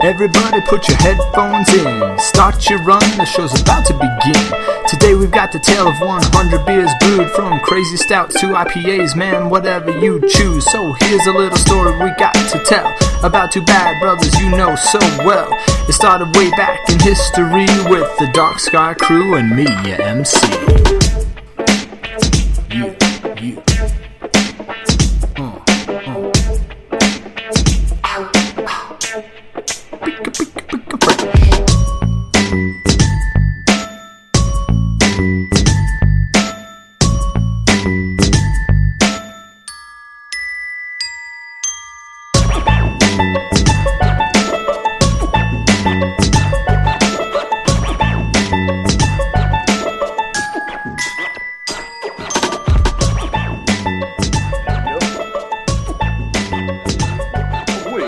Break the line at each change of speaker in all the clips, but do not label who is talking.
Everybody put your headphones in. Start your run, the show's about to begin. Today we've got the tale of 100 beers brewed from crazy stouts to IPAs, man, whatever you choose. So here's a little story we got to tell about two bad brothers you know so well. It started way back in history with the Dark Sky crew and me, your MC. You, you.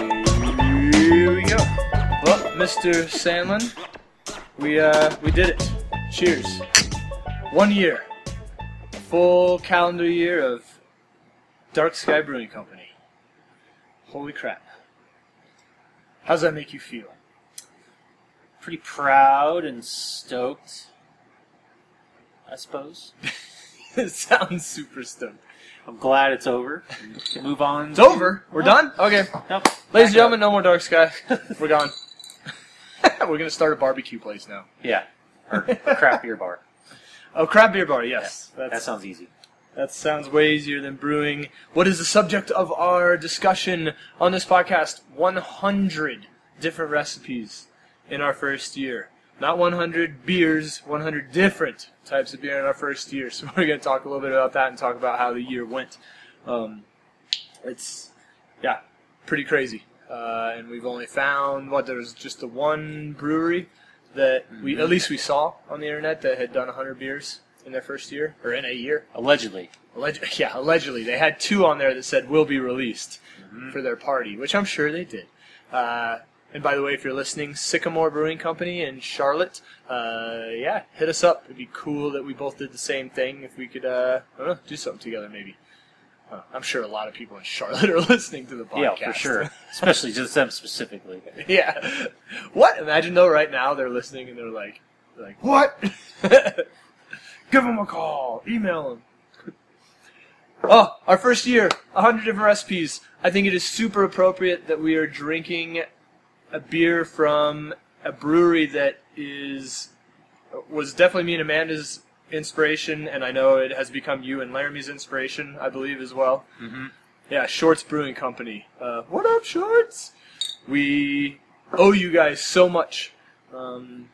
Here we go. Well, Mr. Sandlin, we uh, we did it. Cheers. One year, a full calendar year of Dark Sky Brewing Company. Holy crap! How's that make you feel?
pretty proud and stoked, I suppose.
it sounds super stoked.
I'm glad it's over. Move on.
It's over. We're done. Okay,
Nope.
ladies and gentlemen, no more Dark Sky. We're gone. We're gonna start a barbecue place now.
Yeah. Or craft beer bar.
Oh, crab beer bar. Yes,
That sounds easy.
That sounds way easier than brewing. What is the subject of our discussion on this podcast? 100 different recipes in our first year. Not 100 beers, 100 different types of beer in our first year. So we're going to talk a little bit about that and talk about how the year went. Um, it's, yeah, pretty crazy. Uh, and we've only found, what, there was just the one brewery that we, at least we saw on the internet that had done 100 beers in their first year, or in a year.
Allegedly.
Alleg- yeah, allegedly. They had two on there that said will be released
Mm-hmm.
for their party, which I'm sure they did. Uh, and by the way, if you're listening, Sycamore Brewing Company in Charlotte, uh, yeah, hit us up. It'd be cool that we both did the same thing. If we could, uh, I don't know, do something together maybe. Uh, I'm sure a lot of people in Charlotte are listening to the podcast.
Yeah, for sure. Especially just them specifically.
yeah. What? Imagine though, right now they're listening and they're like, they're like what? Give them a call. Email them. Oh, our first year, a hundred different recipes. I think it is super appropriate that we are drinking a beer from a brewery that is was definitely me and Amanda's inspiration, and I know it has become you and Laramie's inspiration, I believe as well.
Mhm.
Yeah, Shorts Brewing Company. Uh, what up, Shorts? We owe you guys so much, um,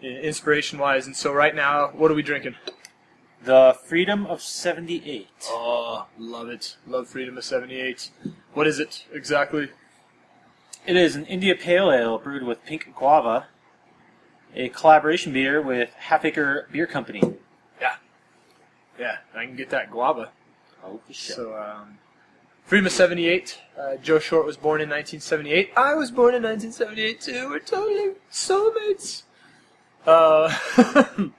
inspiration wise, and so right now, what are we drinking?
The Freedom of 78.
Oh, love it. Love Freedom of 78. What is it exactly?
It is an India Pale Ale brewed with pink guava, a collaboration beer with Half Acre Beer Company.
Yeah, I can get that guava.
Oh, shit.
So, um, Freedom of 78. Uh, Joe Short was born in 1978. I was born in 1978 too. We're totally soulmates. Uh,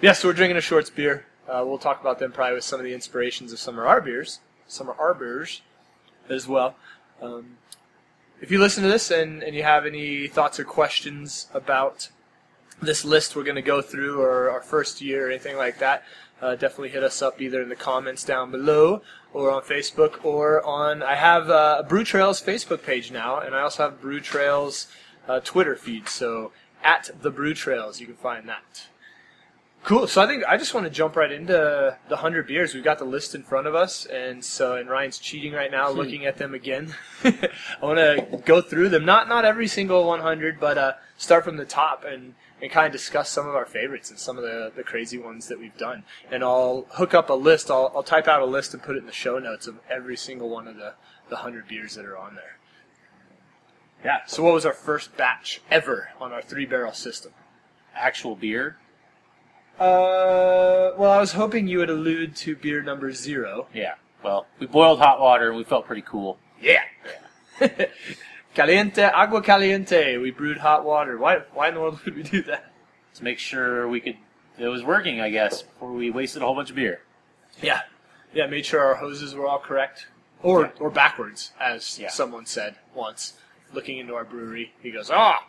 yeah, so we're drinking a Shorts beer. Uh, we'll talk about them probably with some of the inspirations of some of our beers, some of our beers as well. Um, if you listen to this and, and you have any thoughts or questions about this list we're going to go through or our first year or anything like that, uh, definitely hit us up either in the comments down below or on Facebook or on. I have uh, a Brew Trails Facebook page now, and I also have Brew Trails uh, Twitter feed. So at the Brew Trails, you can find that. Cool. So I think I just want to jump right into the hundred beers. We've got the list in front of us, and so and Ryan's cheating right now, looking at them again. I want to go through them, not not every single one hundred, but uh, start from the top and and kind of discuss some of our favorites and some of the, the crazy ones that we've done. And I'll hook up a list. I'll I'll type out a list and put it in the show notes of every single one of the the hundred beers that are on there. Yeah. So what was our first batch ever on our three barrel system?
Actual beer?
Uh, well, I was hoping you would allude to beer number zero.
Yeah. Well, we boiled hot water and we felt pretty cool.
Yeah. caliente, agua caliente. We brewed hot water. Why? Why in the world would we do that?
to make sure we could it was working, I guess, before we wasted a whole bunch of beer.
Yeah. Yeah. Made sure our hoses were all correct, or
Yeah.
or backwards, as
Yeah.
someone said once. looking into our brewery. He goes, "Ah,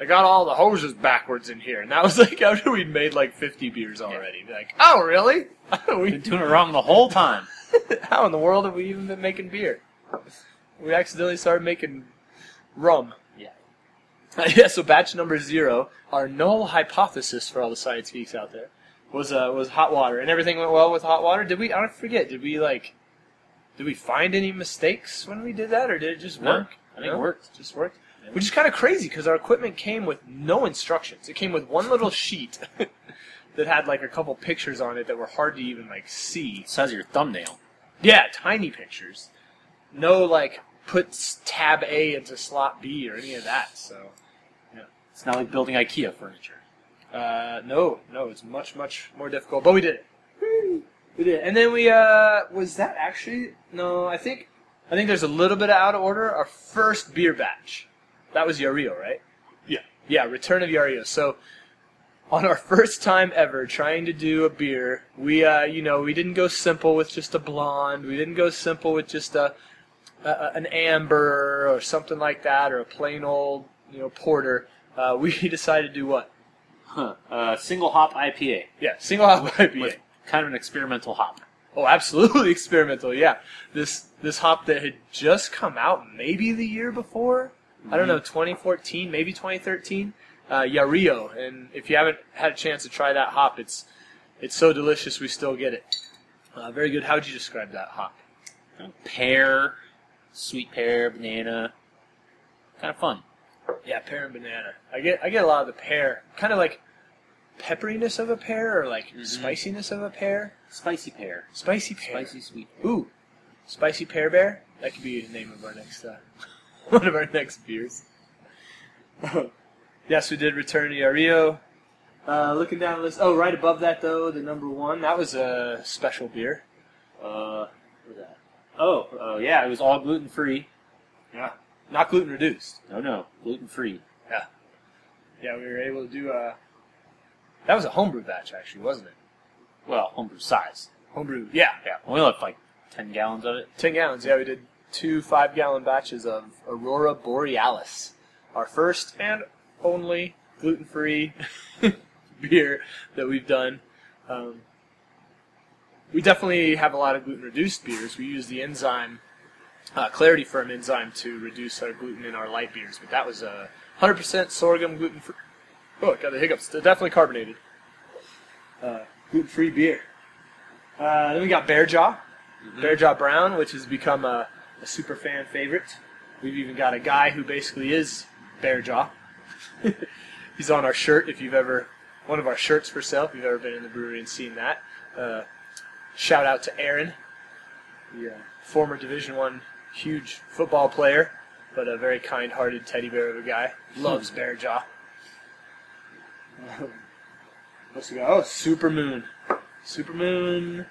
I got all the hoses backwards in here," and that was like after we'd made like fifty beers already. Like, oh really? we,
Been doing it wrong the whole time.
how in the world have we even been making beer? We accidentally started making rum.
Yeah.
yeah. So batch number zero, our null hypothesis for all the science geeks out there, was uh, was hot water, and everything went well with hot water. Did we? I don't forget. Did we like? Did we find any mistakes when we did that, or did it just
No,
work?
I think it worked.
Just worked.
Yeah.
Which is kind of crazy because our equipment came with no instructions. It came with one little sheet that had like a couple pictures on it that were hard to even like see.
Size of your thumbnail.
Yeah, tiny pictures. No, like, puts tab A into slot B or any of that, so.
It's not like building IKEA furniture.
Uh, no, no, it's much, much more difficult, but we did it. Woo! We did it. And then we, uh, was that actually, no, I think, I think there's a little bit of out of order. Our first beer batch. That was Yario, right?
Yeah.
Yeah, Return of Yario. So, on our first time ever trying to do a beer, we, uh, you know, we didn't go simple with just a blonde. We didn't go simple with just a, a- a an amber or something like that, or a plain old, you know, porter. Uh, we decided to do what?
Huh. Uh, single hop IPA.
Yeah, single hop IPA.
With kind of an experimental hop.
Oh, absolutely experimental. Yeah, this this hop that had just come out maybe the year before. I don't know, 2014, maybe 2013. Uh, Yario, and if you haven't had a chance to try that hop, it's it's so delicious. We still get it. Uh, very good. How would you describe that hop?
Pear, sweet pear, banana. Kind of fun.
Yeah, pear and banana. I get I get a lot of the pear, kind of like pepperiness of a pear or like spiciness of a pear.
Spicy pear.
Spicy pear.
Spicy sweet pear.
Ooh, spicy pear bear. That could be the name of our next uh, one of our next beers. yes, we did return to Yario. Uh, looking down the list. Oh, right above that though, the number one. That was a special beer.
Uh, what was that? Oh, oh yeah, it was all gluten free.
Yeah, not gluten reduced.
No, no, gluten free.
Yeah, we were able to do. Uh, that was a homebrew batch, actually, wasn't it?
Well, homebrew size.
Homebrew. Yeah, yeah.
We left like ten gallons of it.
Ten gallons. Yeah, we did two five-gallon batches of Aurora Borealis, our first and only gluten-free beer that we've done. Um, we definitely have a lot of gluten-reduced beers. We use the enzyme uh, Clarity Firm enzyme to reduce our gluten in our light beers, but that was a 100% sorghum gluten-free. Oh, got the hiccups. They're definitely carbonated. Uh, gluten-free beer. Uh, then we got Bear Jaw. Bear Jaw Brown, which has become a, a super fan favorite. We've even got a guy who basically is Bear Jaw. He's on our shirt. If you've ever one of our shirts for sale, if you've ever been in the brewery and seen that, uh, shout out to Aaron, the uh, former Division One huge football player, but a very kind-hearted teddy bear of a guy. Loves Bear Jaw. What's the guy? Oh, Supermoon. Supermoon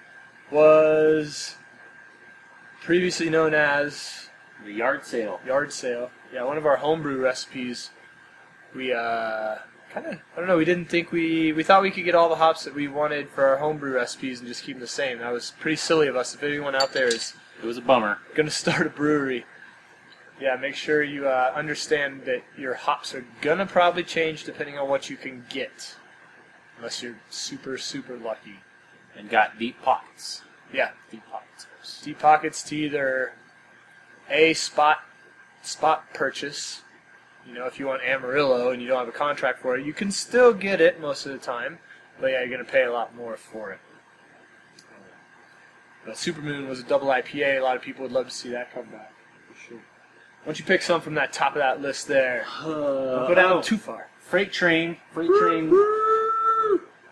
was previously known as
The yard sale.
yard sale. Yeah, one of our homebrew recipes. We uh, kind of I don't know. We didn't think we we thought we could get all the hops that we wanted for our homebrew recipes and just keep them the same. That was pretty silly of us. If anyone out there is
It was a bummer.
gonna start a brewery, yeah, make sure you uh, understand that your hops are gonna probably change depending on what you can get, unless you're super super lucky.
And got deep pockets.
Yeah,
Deep pockets.
deep pockets to either a spot spot purchase. You know, if you want Amarillo and you don't have a contract for it, you can still get it most of the time, but yeah, you're going to pay a lot more for it. But Supermoon was a double IPA. A lot of people would love to see that come back. For sure. Why don't you pick some from that top of that list there? Don't go down
oh.
too far.
Freight train. Freight train.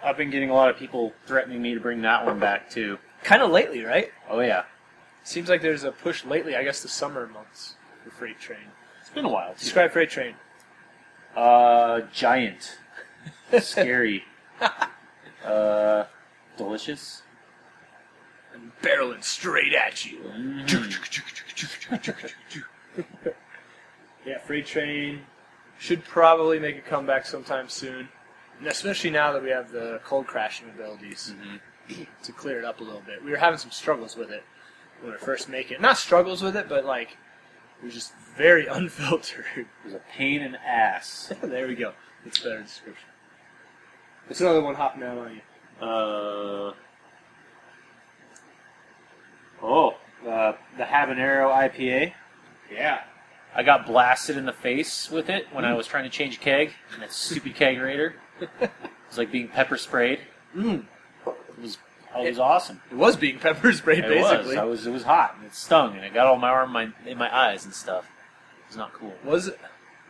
I've been getting a lot of people threatening me to bring that one back too.
Kind of lately, right?
Oh yeah,
Seems like there's a push lately. I guess the summer months for freight train.
it's been a while. too.
Describe freight train.
Uh, giant. Scary. uh, delicious.
and barreling straight at you.
Mm-hmm.
yeah, freight train should probably make a comeback sometime soon, and especially now that we have the cold crashing abilities
Mm-hmm.
to clear it up a little bit. We were having some struggles with it when we were first making it. Not struggles with it, but like It was just very unfiltered.
It was a pain in the ass.
there we go. It's a better description. It's another one hopping out on you.
Uh, oh, uh, the habanero IPA.
Yeah.
I got blasted in the face with it when I was trying to change a keg in that stupid kegerator. It was like being pepper sprayed.
Mm.
It was, oh, it was awesome.
It was being pepper sprayed,
It was.
basically.
I was. It was hot and it stung and it got all my arm, my in my eyes and stuff. It was not cool.
Was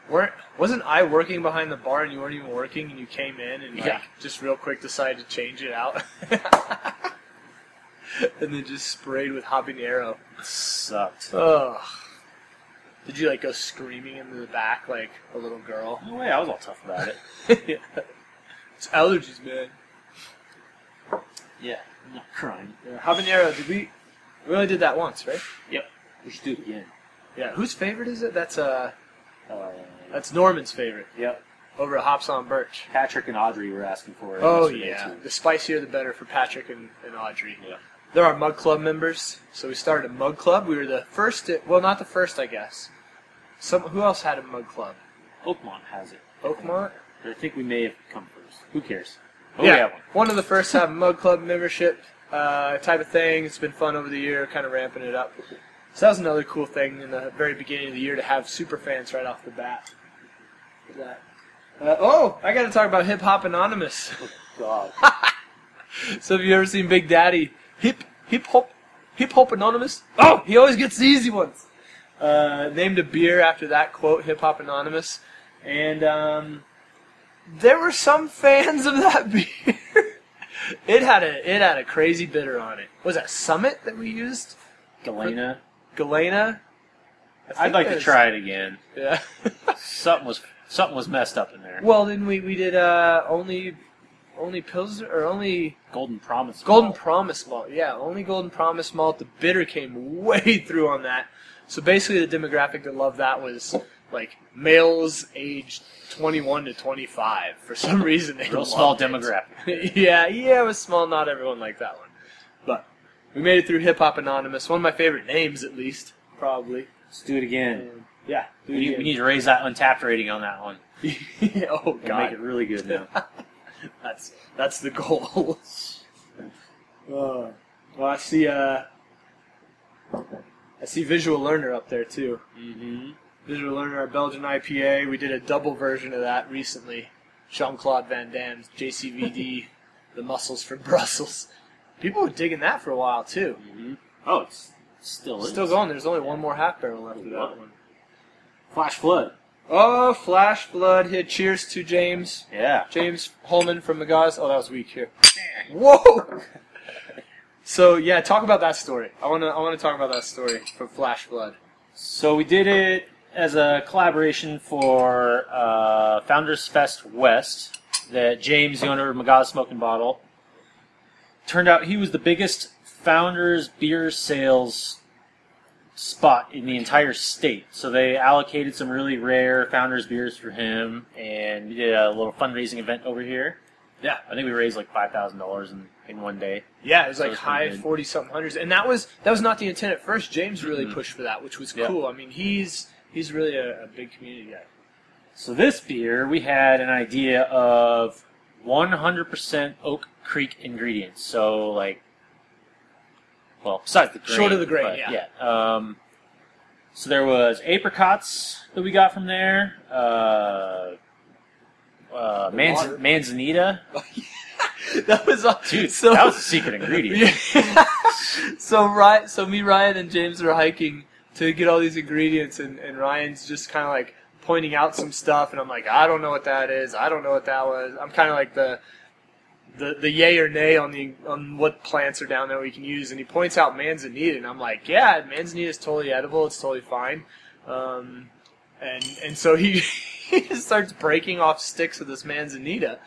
weren't wasn't I working behind the bar and you weren't even working and you came in and like,
Yeah.
just real quick decided to change it out, and then just sprayed with habanero.
It sucked.
Ugh. Did you like go screaming into the back like a little girl?
No way. I was all tough about it.
yeah. It's allergies, man.
Yeah. I'm not crying.
Yeah, habanero. Did we? We only did that once, right?
Yep. We should do it again.
Yeah. Whose favorite is it? That's uh,
Uh,
that's Norman's favorite
yep.
over at Hops on Birch.
Patrick and Audrey were asking for it.
Oh
yesterday,
yeah,
too.
the spicier the better for Patrick and, and Audrey.
Yeah.
They're our Mug Club members, so we started a Mug Club. We were the first, to, well, not the first, I guess. Some who else had a Mug Club?
Oakmont has it.
Oakmont.
But I think we may have come first. Who cares?
one. of the first to have a Mug Club membership uh, type of thing. It's been fun over the year, kind of ramping it up. So that was another cool thing in the very beginning of the year to have super fans right off the bat. That. Uh, oh, I got to talk about Hip Hop Anonymous.
Oh, God.
So have you ever seen Big Daddy? Hip hip hop hip hop anonymous? Oh, he always gets the easy ones. Uh, named a beer after that quote, Hip Hop Anonymous, and um, there were some fans of that beer. it had a it had a crazy bitter on it. Was that Summit that we used?
Galena.
Galena. I
I'd
think
like to
there's-
try it again.
Yeah.
Something was something was messed up in there.
well, then we we did uh, only only pills or only
Golden Promise.
Golden
Promise.
Promise malt, yeah, only Golden Promise malt. The bitter came way through on that. So basically, the demographic that loved that was like males aged 21 to 25. For some reason, they
Real
loved
small
it.
demographic.
yeah, yeah, it was small. Not everyone liked that one, but we made it through Hip Hop Anonymous. One of my favorite names, at least, probably.
Let's do it again.
Um, yeah,
We need, we need to raise that untapped rating on that one.
oh
We'll
god,
make it really good now.
That's that's the goal. uh, well, I see. Uh, I see Visual Learner up there too.
mm-hmm.
Visual Learner, our Belgian IPA. We did a double version of that recently. Jean Claude Van Damme's JCVD, the muscles from Brussels. People were digging that for a while too.
Mm-hmm. Oh, it's it's still in.
Still going. There's only one more half barrel left of that one.
Flash flood.
Oh, flash flood here. Cheers to James.
Yeah.
James Holman from the guys. Oh, that was weak here. Whoa. So yeah, talk about that story. I wanna I wanna talk about that story from Flash Flood.
So we did it as a collaboration for uh, Founders Fest West. That James, the owner of Magaz Smoking Bottle, turned out he was the biggest Founders beer sales spot in the entire state. So they allocated some really rare Founders beers for him, and we did a little fundraising event over here.
Yeah.
I think we raised like five thousand dollars in in one day.
Yeah, it was
That
like
was pretty
high
good.
forty something hundreds, and that was that was not the intent at first. James really pushed for that, which was
Mm-hmm. Yeah.
cool. I mean, he's he's really a, a big community guy.
So this beer, we had an idea of 100% Oak Creek ingredients. So like, well, besides the grain,
Short of the grain,
but
yeah.
yeah. Um, so there was apricots that we got from there. Uh, uh,
water.
manz- manzanita,
that was all-
dude,
so
that was a secret ingredient.
Yeah. so Ryan, so me, Ryan, and James were hiking to get all these ingredients, and, and Ryan's just kind of like pointing out some stuff, and I'm like, I don't know what that is. I don't know what that was. I'm kind of like the the the yay or nay on the on what plants are down there we can use, and he points out manzanita, and I'm like, yeah, manzanita is totally edible. It's totally fine. Um, and and so he he just starts breaking off sticks of this manzanita,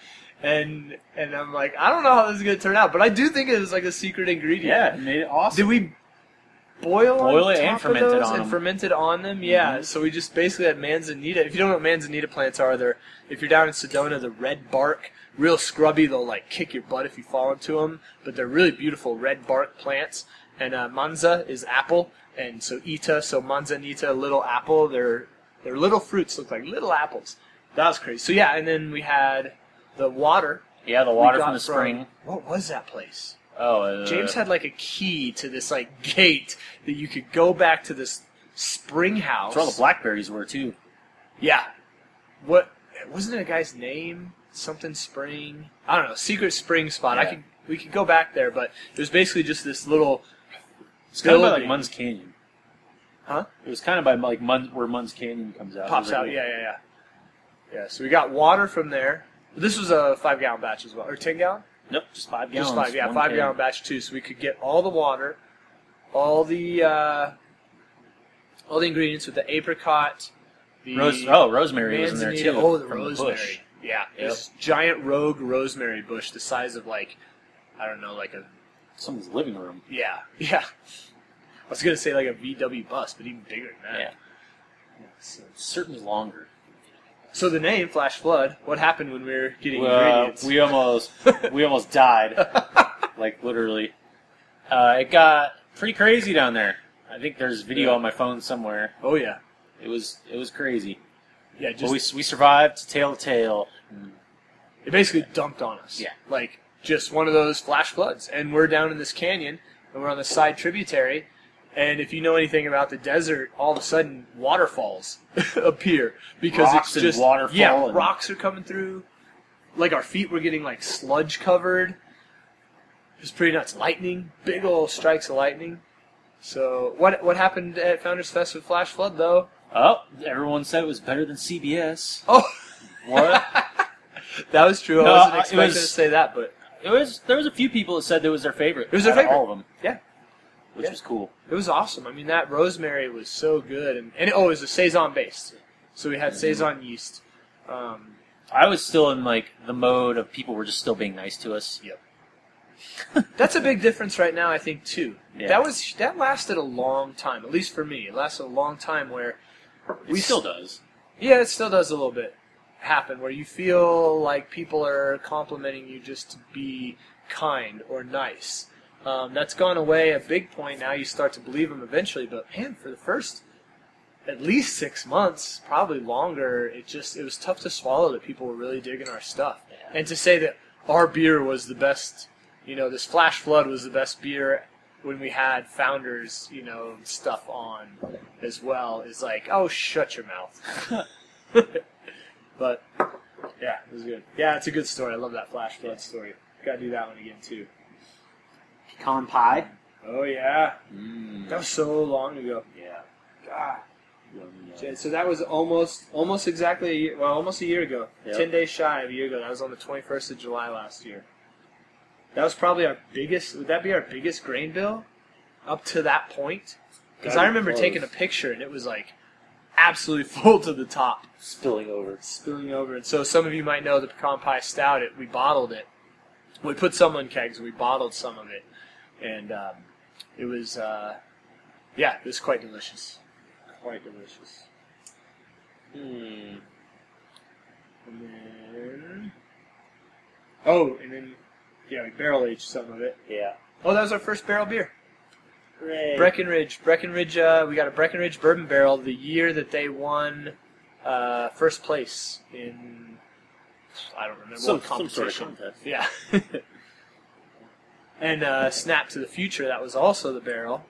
and and I'm like, I don't know how this is gonna turn out, but I do think it was like a secret ingredient.
Yeah, it made it awesome.
Did we boil
Boil
on
it
top
and
of
ferment it
those
on
and
them. Mm-hmm.
fermented on them? Yeah. So we just basically had manzanita. If you don't know what manzanita plants are, they're if you're down in Sedona, the red bark, real scrubby. They'll like kick your butt if you fall into them, but they're really beautiful red bark plants. and uh, manza is apple, and so ita, so manzanita, little apple. Their their little fruits look like little apples. That was crazy. So yeah, and then we had the water.
Yeah, the
we
water
got
from the spring.
What was that place?
Oh, uh,
James had like a key to this like gate that you could go back to this spring house.
that's where all the blackberries were too.
Yeah. What wasn't it a guy's name? Something Spring. I don't know. Secret Spring spot. I
Yeah.
could we could go back there, but it was basically just this little.
It's kind of by like
building.
Munns Canyon.
Huh?
It was kind of by like Munns, where Munns Canyon comes out.
Pops
It was, like,
out. Yeah, yeah, yeah. Yeah. So we got water from there. This was a five gallon batch as well, or ten gallon.
Nope, just five gallons.
Just five. Yeah,
one
five
can.
gallon batch too. So we could get all the water, all the uh, all the ingredients with the apricot, the
Rose, oh, rosemary was in there
Manzanita-
too.
Oh, the
from
rosemary.
bush.
Yeah,
Yep.
this giant rogue rosemary bush, the size of like, I don't know, like a
Someone's living room.
yeah, yeah. I was gonna say like a VW bus, but even bigger than that.
Yeah.
So,
Certainly longer.
so the name Flash Flood. What happened when we were getting
Well,
ingredients?
we almost we almost died, like literally. Uh, it got pretty crazy down there. I think there's video
Yeah.
on my phone somewhere.
oh yeah,
It was it was crazy,
yeah. Just
but we we survived to tale to tale.
It basically dumped on us.
Yeah.
Like just one of those flash floods. And we're down in this canyon and we're on the side tributary. And if you know anything about the desert, all of a sudden waterfalls appear because
Rocks
it's
and
just
waterfall
yeah,
and-
rocks are coming through. Like our feet were getting like sludge covered. It was pretty nuts. Lightning, big old strikes of lightning. So what what happened at Founders Fest with Flash Flood though?
Oh, everyone said it was better than CBS.
Oh,
What?
that was true. I
No,
wasn't
I- it
expecting
was-
to say that, but
it was there was a few people that said it was their favorite.
It was their
out of
favorite.
All of them,
yeah,
which
Yeah.
was cool.
It was awesome. I mean, that rosemary was so good, and, and oh, it was a saison based, so we had saison yeast. Um,
I was still in like the mode of people were just still being nice to us.
yep. That's a big difference right now, I think, too.
Yeah.
That was that lasted a long time, at least for me. It lasted a long time where
We still does.
yeah, it still does a little bit happen where you feel like people are complimenting you just to be kind or nice. Um, that's gone away a big point. Now you start to believe them eventually, but man, for the first at least six months, probably longer, it just it was tough to swallow that people were really digging our stuff, and to say that our beer was the best, you know, this Flash Flood was the best beer when we had founders, you know, stuff on as well is like, oh, shut your mouth. But yeah, it was good. Yeah, it's a good story. I love that Flash Flood story. Got to do that one again too.
Pecan pie.
Oh yeah,
Mm.
that was so long ago.
Yeah.
God. So that was almost almost exactly a year, well almost a year ago.
Yep.
Ten days shy of a year ago. That was on the twenty first of July last year. That was probably our biggest. Would that be our biggest grain bill up to that point? Because
Gotta
I
be
remember
close.
taking a picture and it was like absolutely full to the top.
Spilling over.
spilling over. And so some of you might know the pecan pie stout. It we bottled it. We put some in kegs. We bottled some of it, and um, it was uh, yeah, it was quite delicious. Quite delicious.
Hmm.
And then oh, and then yeah, we barrel aged some of it.
Yeah.
Oh, that was our first barrel beer.
Hooray.
Breckenridge, Breckenridge. Uh, we got a Breckenridge bourbon barrel the year that they won uh, first place in. I don't remember
Some-
what
some
competition.
sort of contest.
Yeah. and uh, Snap to the Future. That was also the barrel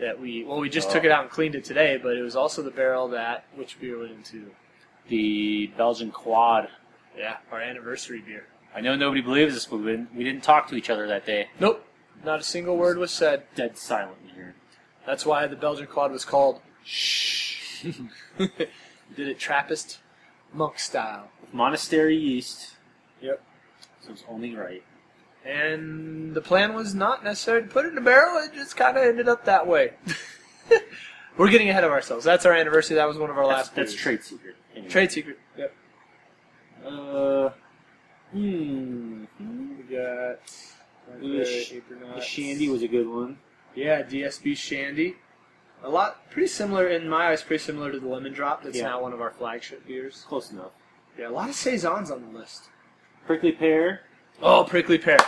that we. Well, we just took it out and cleaned it today, but it was also the barrel that which beer went into.
The Belgian quad.
Yeah, our anniversary beer.
I know nobody believes us, but we didn't, we didn't talk to each other that day.
Nope, not a single word was said.
Dead silent in here.
That's why the Belgian quad was called Shh. Did it Trappist monk style.
Monastery yeast.
Yep.
So it's only right.
And the plan was not necessarily to put it in a barrel. It just kind of ended up that way. We're getting ahead of ourselves. That's our anniversary. That was one of our
That's,
last.
that's
brews.
trade secret. Anyway.
Trade secret. Yep.
Uh. Hmm.
We got
Ooh, sh- The shandy was a good one.
Yeah, DSB Shandy. A lot pretty similar in my eyes. Pretty similar to the Lemon Drop. That's
Yeah.
now one of our flagship beers.
Close enough.
Yeah, a lot of saisons on the list.
Prickly pear.
Oh, prickly pear.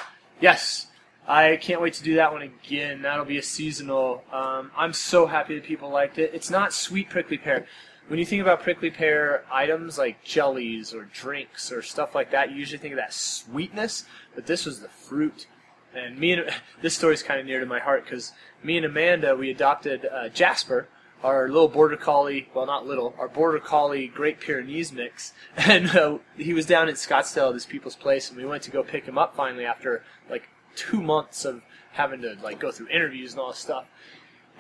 Yes, I can't wait to do that one again. That'll be a seasonal. Um, I'm so happy that people liked it. It's not sweet prickly pear. When you think about prickly pear items like jellies or drinks or stuff like that, you usually think of that sweetness, but this was the fruit. And me and this story's kind of near to my heart because me and Amanda we adopted uh, Jasper, our little border collie. Well, not little, our border collie Great Pyrenees mix. And uh, he was down in Scottsdale at his people's place, and we went to go pick him up finally after like two months of having to like go through interviews and all this stuff.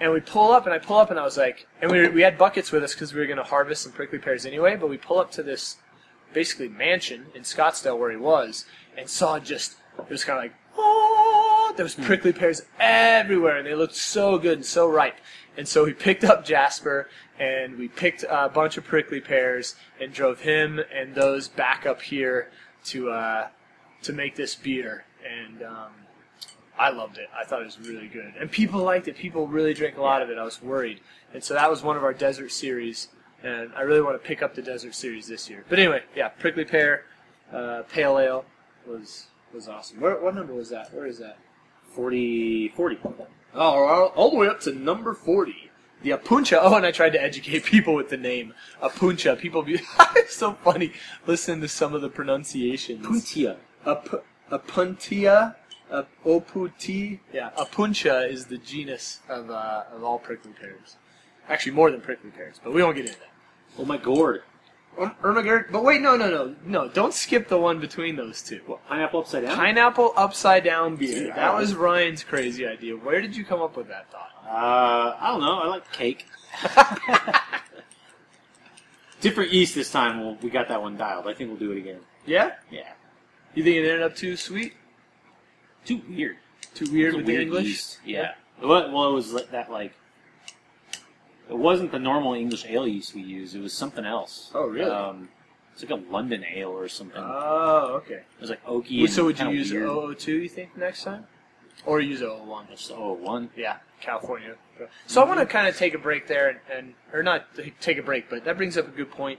And we pull up, and I pull up, and I was like, and we, we had buckets with us because we were going to harvest some prickly pears anyway. But we pull up to this basically mansion in Scottsdale where he was, and saw just it was kind of like oh, there was prickly pears everywhere, and they looked so good and so ripe. And so we picked up Jasper, and we picked a bunch of prickly pears, and drove him and those back up here to uh, to make this beer. And um, I loved it. I thought it was really good, and people liked it. People really drank a lot of it. I was worried, and so that was one of our desert series. And I really want to pick up the desert series this year. But anyway, yeah, prickly pear, uh, pale ale was was awesome. Where, what number was that? Where is that?
40, 40.
Oh, we're all, all the way up to number 40. The Apuncha. Oh, and I tried to educate people with the name. Apuncha. People be. it's so funny listening to some of the pronunciations.
Puntia.
Ap- Apuntia. Ap- Oputi. Yeah. Apuncha is the genus of, uh, of all prickly pears. Actually, more than prickly pears, but we won't get into that.
Oh my gourd.
Um, Ermagerd. But wait, no, no, no. No, don't skip the one between those two.
What, pineapple upside down?
Pineapple upside down beer.
Yeah.
That was Ryan's crazy idea. Where did you come up with that thought?
uh, I don't know. I like cake. Different yeast this time. Well, we got that one dialed. I think we'll do it again.
Yeah?
Yeah.
You think it ended up too sweet?
Too weird.
Too weird
It's a
with
weird
the English?
yeast. Yeah. Well, well, it was like that like. It wasn't the normal English ale yeast we use. It was something else.
Oh, really?
Um, it's like a London ale or something.
Oh, okay.
it was like oaky. And
so would you
kinda
use
weird.
O 002, you think, next time? Or use 001?
It's the 01.
Yeah, California. So I want to kind of take a break there, and, and or not t- take a break, but that brings up a good point.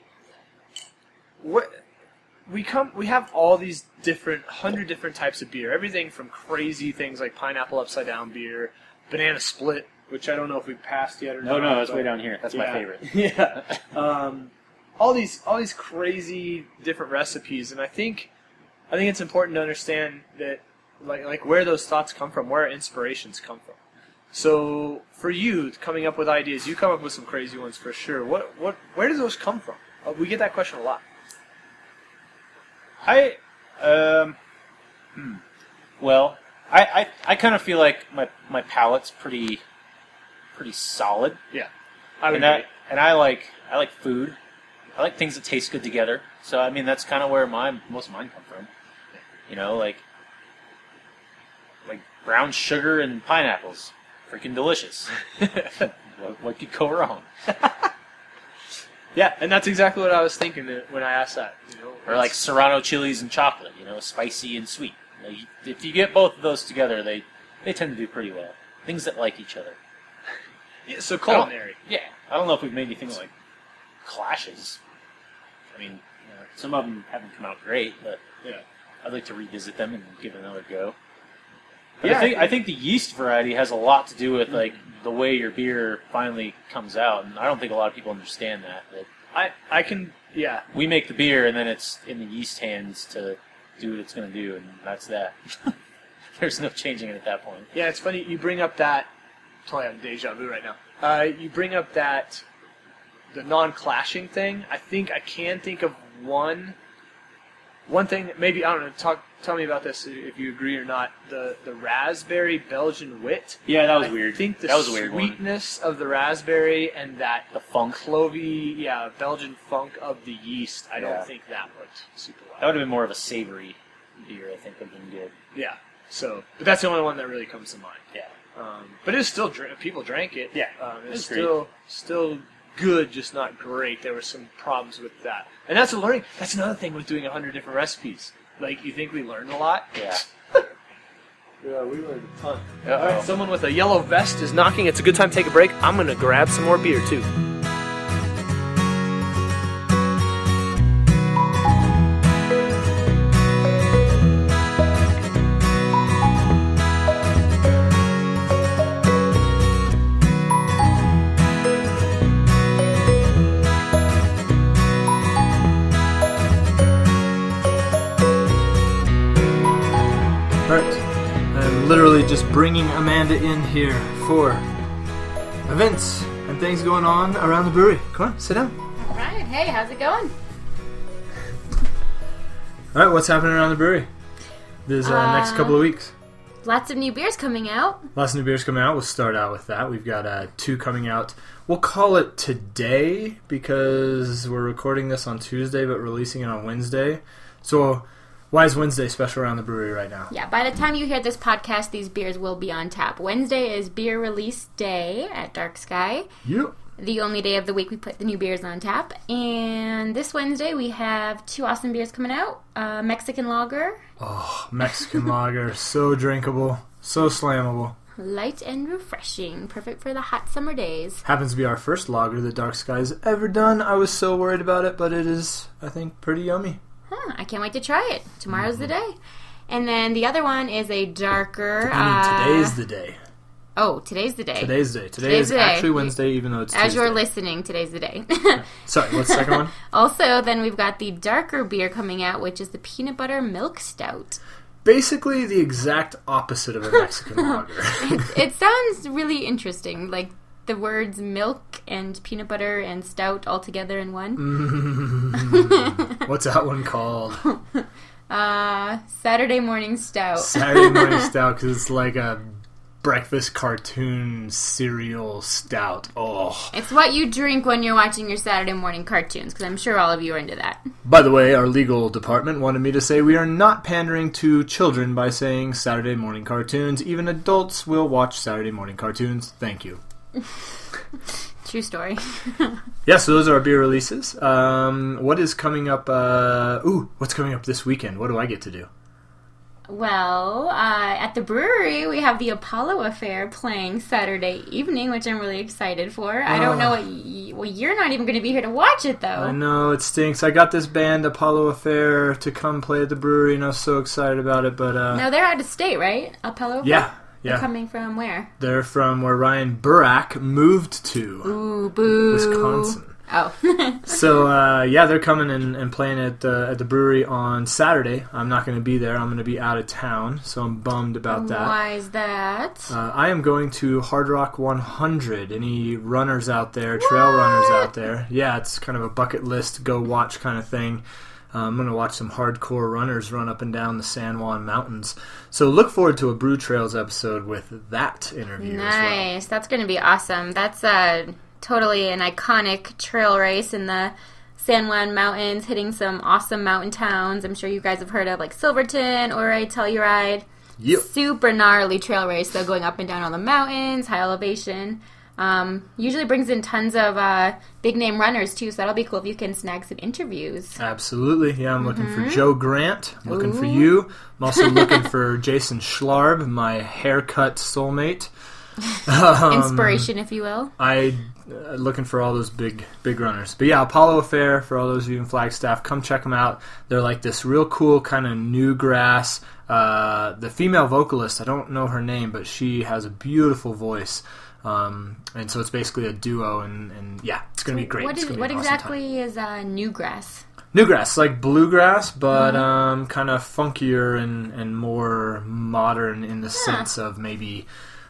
What we come, we have all these different, hundred different types of beer. Everything from crazy things like pineapple upside down beer, banana split, which I don't know if we passed yet or
No,
not.
no, that's
but-
way down here. That's my
Yeah.
favorite.
yeah. Um, all these all these crazy different recipes, and I think I think it's important to understand that like like where those thoughts come from, where our inspirations come from. So for you coming up with ideas, you come up with some crazy ones for sure. What what where do those come from? Uh, we get that question a lot.
I, um, hmm. well, I, I, I kind of feel like my, my palate's pretty, pretty solid,
Yeah, I would
and
agree.
that, and I like, I like food, I like things that taste good together. So I mean, that's kind of where my most of mine come from. You know, like, like brown sugar and pineapples, freaking delicious. what, what could go wrong?
yeah, and that's exactly what I was thinking that- when I asked that. You know,
Or like serrano chilies and chocolate. You know, spicy and sweet. You know, you- if you get both of those together, they they tend to do pretty well. Things that like each other.
Yeah, so culinary.
Yeah, I don't know if we've made anything like clashes. I mean, you know, some of them haven't come out great, but
Yeah.
I'd like to revisit them and give it another go. But
Yeah,
I
I
think I
think-
think the yeast variety has a lot to do with like the way your beer finally comes out, and I don't think a lot of people understand that. That
I I can yeah
we make the beer, and then it's in the yeast hands to do what it's going to do, and that's that. There's no changing it at that point.
Yeah, it's funny you bring up that. Sorry, I'm deja vu right now. Uh, you bring up that the non-clashing thing. I think I can think of one. One thing, maybe I don't know. Talk, tell me about this if you agree or not. The the raspberry Belgian wit.
Yeah, that was
I
weird.
think the
that was a weird one.
sweetness of the raspberry and that
The funk.
clovey, yeah, Belgian funk of the yeast. I
Yeah.
don't think that worked super well.
That would have been more of a savory beer, I think, would have been good.
yeah. So, but that's the only one that really comes to mind.
Yeah.
Um, but it was still dr- people drank it.
Yeah,
um, it
it
was
was great.
still still good, just not great. There were some problems with that, and that's a learning. That's another thing with doing hundred different recipes. Like you think we learned a lot?
Yeah.
Yeah, we learned a ton.
Uh-oh.
All right, someone with a yellow vest is knocking. It's a good time to take a break. I'm gonna grab some more beer too.
Alright. I'm literally just bringing Amanda in here for events and things going on around the brewery. Come on, sit down.
All right. Hey, how's it going?
Alright, what's happening around the brewery? This uh, next
Uh,
couple of weeks.
Lots of new beers coming out.
Lots of new beers coming out. We'll start out with that. We've got uh, two coming out. We'll call it today because we're recording this on Tuesday but releasing it on Wednesday. So, why is Wednesday special around the brewery right now?
Yeah, by the time you hear this podcast, these beers will be on tap. Wednesday is beer release day at Dark Sky,
Yep.
the only day of the week we put the new beers on tap. And this Wednesday, we have two awesome beers coming out uh, Mexican Lager,
Oh, Mexican lager. So drinkable, so slammable.
light and refreshing, perfect for the hot summer days.
Happens to be our first lager that Dark Sky's ever done. I was so worried about it, but it is, I think, pretty yummy.
Huh, Hmm, I can't wait to try it. Tomorrow's the
Mm-hmm.
day. And then the other one is a darker.
I
uh,
mean, today's the day.
oh, today's the day.
Today's the day. Today
Today's
is
the day.
actually Wednesday, even though it's
As
Tuesday.
you're listening, today's the day.
Sorry, what's the second one?
Also, then we've got the darker beer coming out, which is the peanut butter milk stout.
basically the exact opposite of a Mexican lager.
It sounds really interesting, like the words milk and peanut butter and stout all together in
Mm.
one.
What's that one called?
Uh, Saturday morning stout.
Saturday morning stout because it's like a breakfast cartoon cereal stout. Oh.
It's what you drink when you're watching your Saturday morning cartoons, because I'm sure all of you are into that.
By the way, our legal department wanted me to say we are not pandering to children by saying Saturday morning cartoons. Even adults will watch Saturday morning cartoons. Thank you.
True story.
Yeah, so those are our beer releases. Um, what is coming up? Uh, ooh, what's coming up this weekend? What do I get to do?
Well, uh, at the brewery, we have the Apollo Affair playing Saturday evening, which I'm really excited for. I don't
Oh.
know what. Y- well, you're not even going to be here to watch it, though.
I know it stinks. I got this band Apollo Affair to come play at the brewery, and I was so excited about it. But uh,
No, they're out of state, right? Apollo?
yeah,
They're
yeah,
coming from where?
they're from where Ryan Burak moved to,
Ooh, boo.
Wisconsin.
Oh.
So uh, yeah, they're coming and, and playing at the at the brewery on Saturday. I'm not going to be there. I'm going to be out of town, so I'm bummed about that.
Why is that?
Uh, I am going to Hard Rock 100. Any runners out there, trail runners out there? Yeah, it's kind of a bucket list, go watch kind of thing. Uh, I'm going to watch some hardcore runners run up and down the San Juan Mountains. So look forward to a Brew Trails episode with that interview as well.
nice. That's going to be awesome. That's uh, totally an iconic trail race in the San Juan Mountains, hitting some awesome mountain towns. I'm sure you guys have heard of, like Silverton, Ouray, Telluride.
Yep.
Super gnarly trail race, though, going up and down all the mountains, high elevation. Um, usually brings in tons of uh, big name runners, too, so that'll be cool if you can snag some interviews.
Absolutely. Yeah, I'm looking for Joe Grant. I'm looking for you. I'm also looking for Jason Schlarb, my haircut soulmate. Um,
Inspiration, if you will.
I uh, looking for all those big big runners. But yeah, Apollo Affair for all those of you in Flagstaff, come check them out. They're like this real cool kind of new grass. Uh, the female vocalist, I don't know her name, but she has a beautiful voice. Um, and so it's basically a duo, and, and yeah, it's gonna be great.
What,
It's
is,
gonna be
what
an awesome time.
exactly is uh, newgrass?
Newgrass, like bluegrass, but um, kind of funkier and, and more modern in the sense of maybe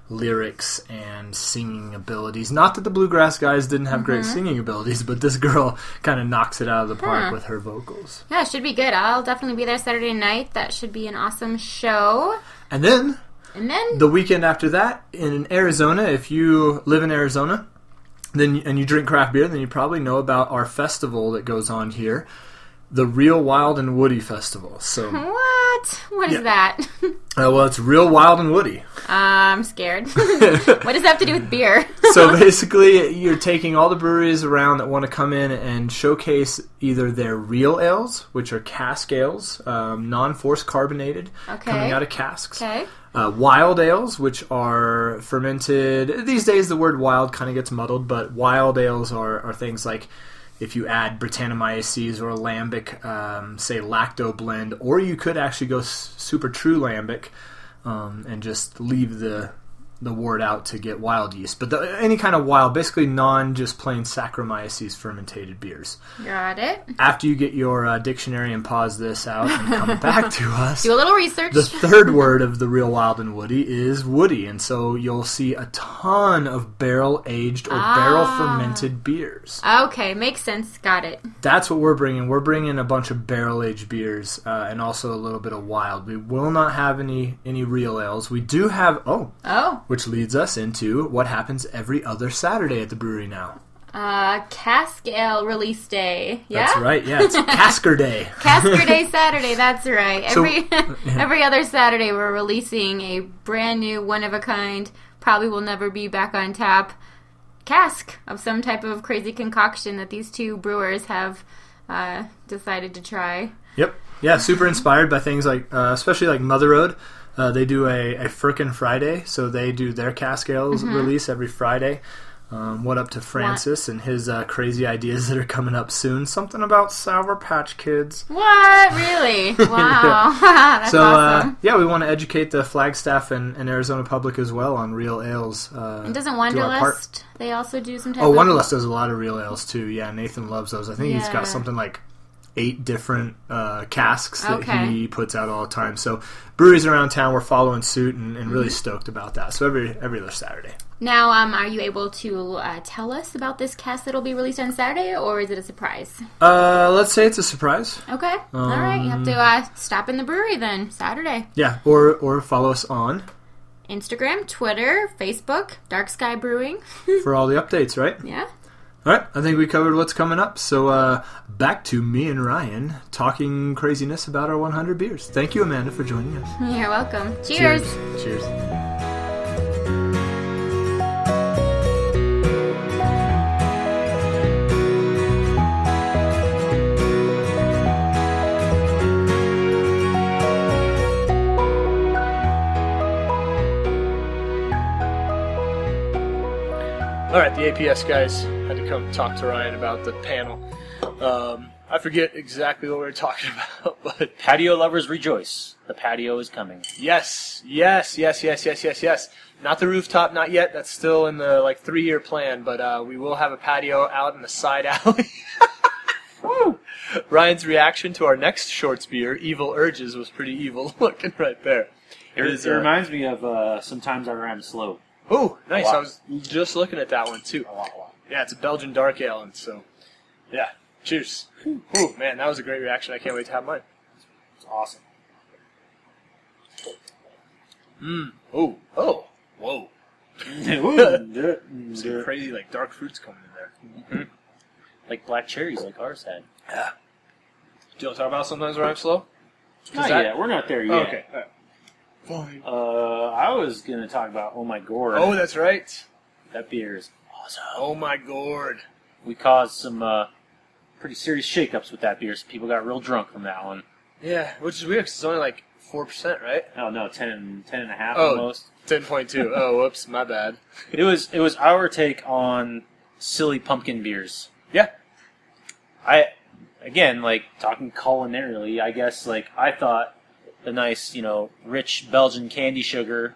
lyrics and singing abilities. Not that the bluegrass guys didn't have great singing abilities, but this girl kind of knocks it out of the park
Huh.
with her vocals.
Yeah, it should be good. I'll definitely be there Saturday night. That should be an awesome show.
And then
And then,
the weekend after that in Arizona, if you live in Arizona, then and you drink craft beer, then you probably know about our festival that goes on here, the Real Wild and Woody Festival. So, uh,
what? What
Yeah.
is that? uh,
well, it's Real Wild and Woody.
I'm scared. what does that have to do with beer?
so basically, you're taking all the breweries around that want to come in and showcase either their real ales, which are cask ales, um, non-force carbonated,
Okay.
coming out of casks.
okay.
Uh, wild ales, which are fermented. These days, the word wild kind of gets muddled, but wild ales are, are things like if you add Britannomyces or lambic, um, say lacto blend, or you could actually go s- super true lambic um, and just leave the the word out to get wild yeast, but the, any kind of wild, basically non just plain Saccharomyces fermented beers.
Got it.
After you get your uh, dictionary and pause this out and come back to us,
Do a little research.
the third word of the real wild and woody is woody, and so you'll see a ton of barrel aged or barrel fermented beers.
okay, makes sense. Got it.
That's what we're bringing. We're bringing a bunch of barrel aged beers uh, and also a little bit of wild. We will not have any any real ales. We do have oh,
Oh,
which leads us into what happens every other Saturday at the brewery now.
uh, cask ale release day. Yeah,
That's right. Yeah, it's Casker Day.
Casker Day Saturday. That's right.
So-
Every every other Saturday, we're releasing a brand new, one of a kind, probably will never be back on tap cask of some type of crazy concoction that these two brewers have uh, decided to try.
Yep. Yeah, super inspired by things like, uh, especially like Mother Road. Uh, they do a, a Firkin Friday, so they do their cask ales
Mm-hmm.
release every Friday. Um, what up to Francis and his uh, crazy ideas that are coming up soon? Something about Sour Patch Kids.
What really? Wow, that's
so
awesome.
uh, yeah, we want to educate the Flagstaff and, and Arizona public as well on real ales. Uh,
And doesn't
do our part.
Wanderlust? They also do some type
Oh,
of
Wanderlust does a lot of real ales too. Yeah, Nathan loves those. I think he's
Yeah.
got something like eight different uh, casks that
Okay.
he puts out all the time. So breweries around town were following suit and, and
Mm-hmm.
really stoked about that. So every every other Saturday.
Now, um, are you able to uh, tell us about this cast that'll be released on Saturday, or is it a surprise?
Uh, let's say it's a surprise.
Okay, all right. You have to uh, stop in the brewery then Saturday.
Yeah, or or follow us on
Instagram, Twitter, Facebook, Dark Sky Brewing.
for all the updates. Right.
yeah.
All right. I think we covered what's coming up. So uh, back to me and Ryan talking craziness about our 100 beers. Thank you, Amanda, for joining us.
You're welcome. Cheers.
Cheers.
All right, the APS guys had to come talk to Ryan about the panel. Um, I forget exactly what we were talking about, but
Patio lovers rejoice. The patio is coming.
yes, yes, yes, yes, yes, yes, yes. Not the rooftop, not yet. That's still in the like three-year plan, but uh, we will have a patio out in the side alley. Woo! Ryan's reaction to our next shorts beer, Evil Urges, was pretty evil looking right there.
It,
is,
it
uh,
reminds me of uh, sometimes I rhyme slow.
Oh, nice.
Wow.
I was just looking at that one too.
Oh,
Yeah, it's a Belgian dark ale, and so yeah. Cheers. Oh man, that was a great reaction. I can't wait to have mine.
It's awesome.
Oh, oh, whoa! Some
like
crazy like dark fruits coming in there.
black cherries, like ours had.
Do you want to talk about sometimes where I'm slow?
Not
that-
yet. We're not there yet.
Oh, okay. all right. Fine.
Uh, I was gonna talk about oh my gourd.
Oh, that's right.
that beer is.
Oh my gourd.
We caused some uh, pretty serious shakeups with that beer. So people got real drunk from that one.
Yeah, which is weird 'cause it's only like four percent, right?
Oh no, 10, 10 and a half
Oh.
almost.
Ten point two. Oh, whoops, my bad.
It was it was our take on silly pumpkin beers.
Yeah.
I again like talking culinarily, I guess like I thought the nice, you know, rich Belgian candy sugar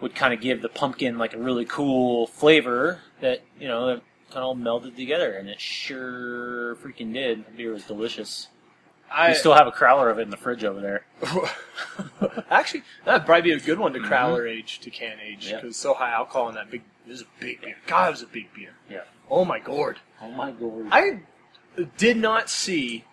would kind of give the pumpkin like a really cool flavor that, you know, that kind of all melded together and it sure freaking did. The beer was delicious.
I
we still have a crowler of it in the fridge over there.
Actually, that'd probably be a good one to crowler age to can age
Yeah.
because it's so high alcohol in that big. It was a big beer. God, it was a big beer.
Yeah.
Oh my gourd.
Oh my god.
I did not see.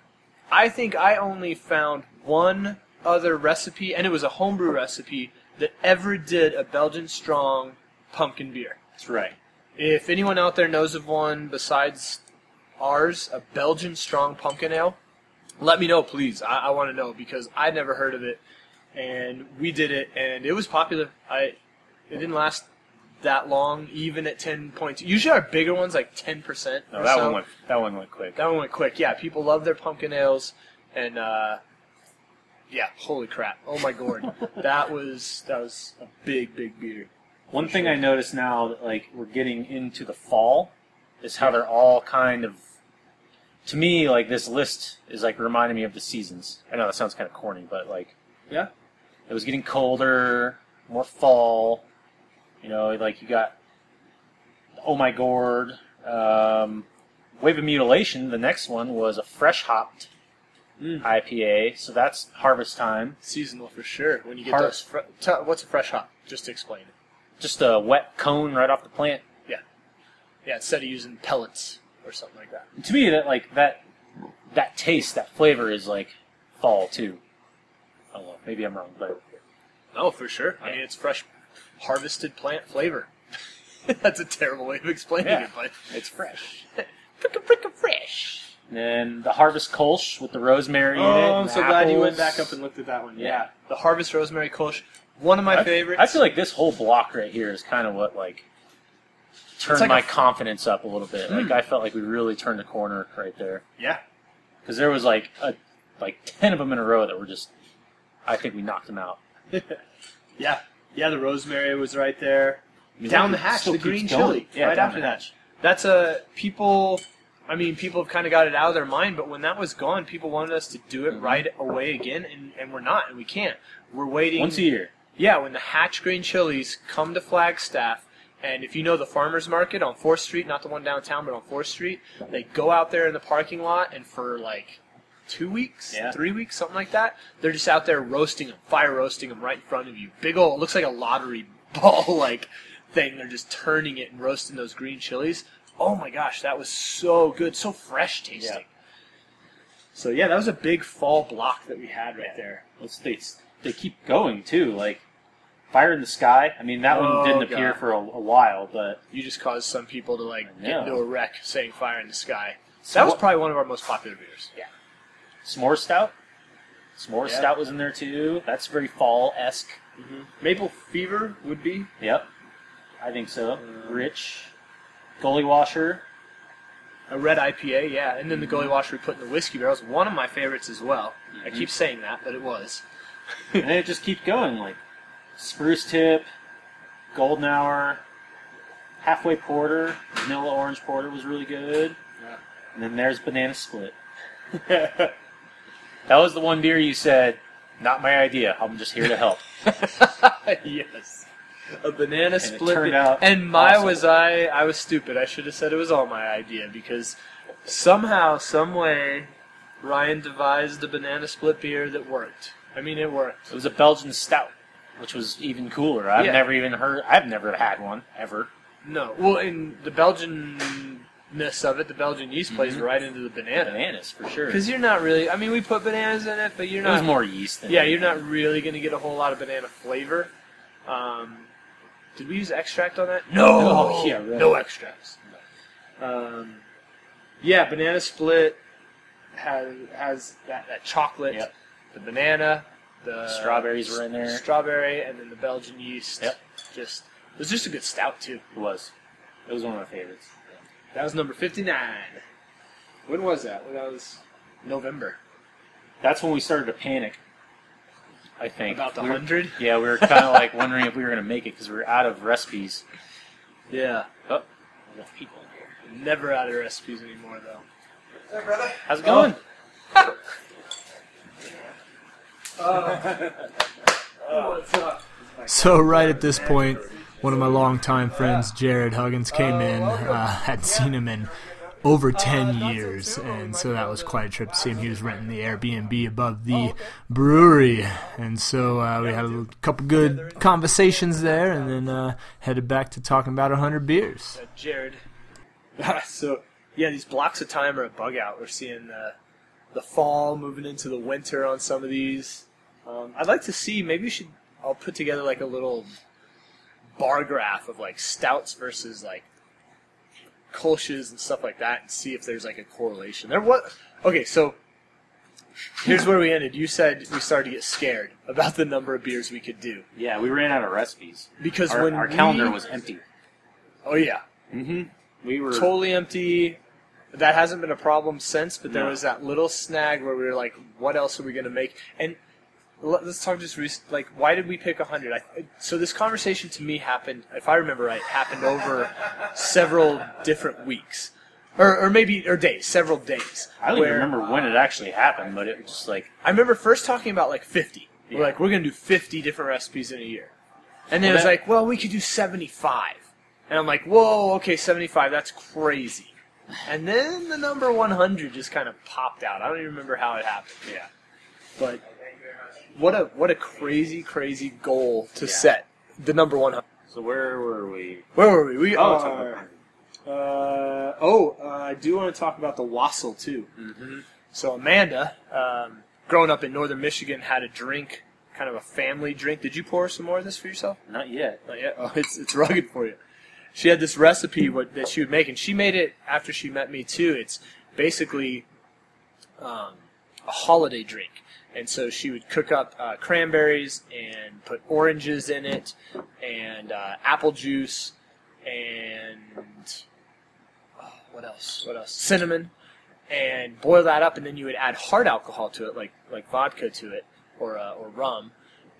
I think I only found one other recipe, and it was a homebrew recipe that ever did a Belgian strong pumpkin beer.
That's right.
If anyone out there knows of one besides ours, a Belgian strong pumpkin ale, let me know, please. I, I want to know because I never heard of it, and we did it, and it was popular. I it didn't last that long, even at ten points. Usually, our bigger ones like ten percent.
No, that one went that one went quick.
That one went quick. Yeah, people love their pumpkin ales, and uh, yeah, holy crap! Oh my gourd, that was that was a big big beer.
One thing I notice now that like we're getting into the fall is how they're all kind of to me like this list is like reminding me of the seasons. I know that sounds kind of corny, but like
Yeah.
it was getting colder, more fall. You know, like you got Oh My Gourd, um, Wave of Mutilation. The next one was a fresh hopped
Mm.
IPA, so that's harvest time.
Seasonal for sure. When you get
Hard-
those, fre- t- what's a fresh hop? Just to explain it.
Just a wet cone right off the plant.
Yeah, instead of using pellets or something like that.
And to me, that like that that taste, that flavor is like fall too. I don't know. Maybe I'm wrong, but
Oh, for sure. I mean, it's fresh, harvested plant flavor. That's a terrible way of explaining
Yeah.
it, but
it's fresh.
fricka fricka fresh.
And then the harvest kolsch with the rosemary in it.
Oh, I'm
and
so glad you went
apples.
back up and looked at that one.
Yeah.
the Harvest Rosemary Kolsch, one of my
I-
favorites.
I feel like this whole block right here is kind of what like turned
like
my
a- Hmm.
confidence up a little bit. Like I felt like we really turned a corner right there
yeah,
because there was like a like ten of them in a row that were just. I think we knocked them out.
yeah, yeah. The rosemary was right there.
I mean,
Down
look,
the
it
hatch,
still
the
keeps
green
going.
chili,
Yeah,
right
down
after
the
that.
hatch.
That's a people. I mean, people have kind of got it out of their mind, but when that was gone, people wanted us to do it right away again, and, and we're not, and we can't. We're waiting.
Once a year.
Yeah, when the Hatch Green Chilies come to Flagstaff, and if you know the farmers market on 4th Street, not the one downtown, but on 4th Street, they go out there in the parking lot, and for like two weeks,
Yeah.
three weeks, something like that, they're just out there roasting them, fire roasting them right in front of you. Big ol' looks like a lottery ball like thing. They're just turning it and roasting those green chilies. Oh my gosh, that was so good, so fresh tasting. So yeah, that was a big fall block that we had right there.
Let's they they keep going too. Like fire in the sky. I mean that one
Oh,
didn't appear
God.
for a, a while, but
You just caused some people to like
I
get
know.
into a wreck saying "Fire in the Sky."
So
That was
what-
probably one of our most popular beers.
s'more stout. S'more
Yeah.
stout was in there too. That's very fall esque.
Maple Fever would be.
Yep, I think so.
Um,
Rich goalie washer.
A red IPA, yeah, and then the goalie washer we put in the whiskey barrels. One of my favorites as well. I
Mm-hmm.
keep saying that, but it was.
and then it just keeps going like spruce tip golden hour halfway porter vanilla orange porter was really good
Yeah.
and then there's banana split that was the one beer you said not my idea i'm just here to help
yes. A banana
it
split.
turned out
and my
awesome.
was I I was stupid. I should have said it was all my idea because somehow, some way, Ryan devised a banana split beer that worked. I mean it worked.
it was a belgian stout which was even cooler i've
Yeah.
never even heard i've never had one ever
No. Well, in the Belgianness of it, the Belgian yeast plays
Mhm.
right into the Mm-hmm. banana.
bananas for sure it
Because you're not really. I mean, we put bananas in it, but you're
was
not.
more yeast than
yeah, you're not really going to get a whole lot of banana flavor. Um, did we use extract on that? No.
Oh, yeah, right.
No extracts. Um, yeah, banana split has has that, that chocolate,
Yep.
the banana, the
Strawberries were in there.
strawberry, and then the Belgian yeast.
Yep.
Just it was just a good stout too.
it was it was one of my favorites
That was number 59. When was that? When that was November.
that's when we started to panic i think
About the
We were-
100?
Yeah, we were kind of like wondering if we were going to make it because we were out of recipes.
Yeah.
Oh, we got people in here.
Never out of recipes anymore, though.
How's it going?
So right at this point, one of my longtime friends, Jared Huggins, came in. Uh, hadn't seen him in over 10 years, and so that was quite a trip to see him. He was renting the Airbnb above the brewery, and so uh, we had a l- couple good conversations there, and then uh, headed back to talking about 100 beers.
Uh, Jared. so, yeah, these blocks of time are a bug out. We're seeing the, the fall moving into the winter on some of these. Um, I'd like to see, maybe you should, I'll put together like a little bar graph of like stouts versus like Kolsch's and stuff like that and see if there's like a correlation. There was, okay, so here's where we ended. You said we started to get scared about the number of beers we could do.
Yeah, we ran out of recipes.
Because
Our,
when
our
we-
calendar was empty.
Oh, yeah.
Mm-hmm. We were
totally empty. That hasn't been a problem since, but there
No.
was that little snag where we were like, "What else are we going to make?" And let- let's talk just rec- like, why did we pick hundred? So this conversation to me happened, if I remember right, happened over several different weeks, or, or maybe or days, several days.
I don't even
where-
remember when it actually happened, but it was just like
I remember first talking about like fifty.
Yeah.
We're like, we're going to do fifty different recipes in a year. And then it was
Well,
like, well, we could do 75. And I'm like, whoa, okay, 75, that's crazy. And then the number 100 just kind of popped out. I don't even remember how it happened.
Yeah.
But what a what a crazy, crazy goal to set. The number 100.
So where were we?
Where were we? We
Oh, it's on the
are. Uh, oh, uh, I do want to talk about the wassail too.
Mm-hmm.
So Amanda, um, growing up in northern Michigan, had a drink, kind of a family drink. Did you pour some more of this for yourself?
Not yet.
Not yet. Oh, it's it's rugged for you. She had this recipe what, that she would make, and she made it after she met me too. It's basically um, a holiday drink, and so she would cook up uh, cranberries and put oranges in it, and uh, apple juice, and oh, what else? What else? Cinnamon, and boil that up, and then you would add hard alcohol to it, like like vodka to it, or uh, or rum.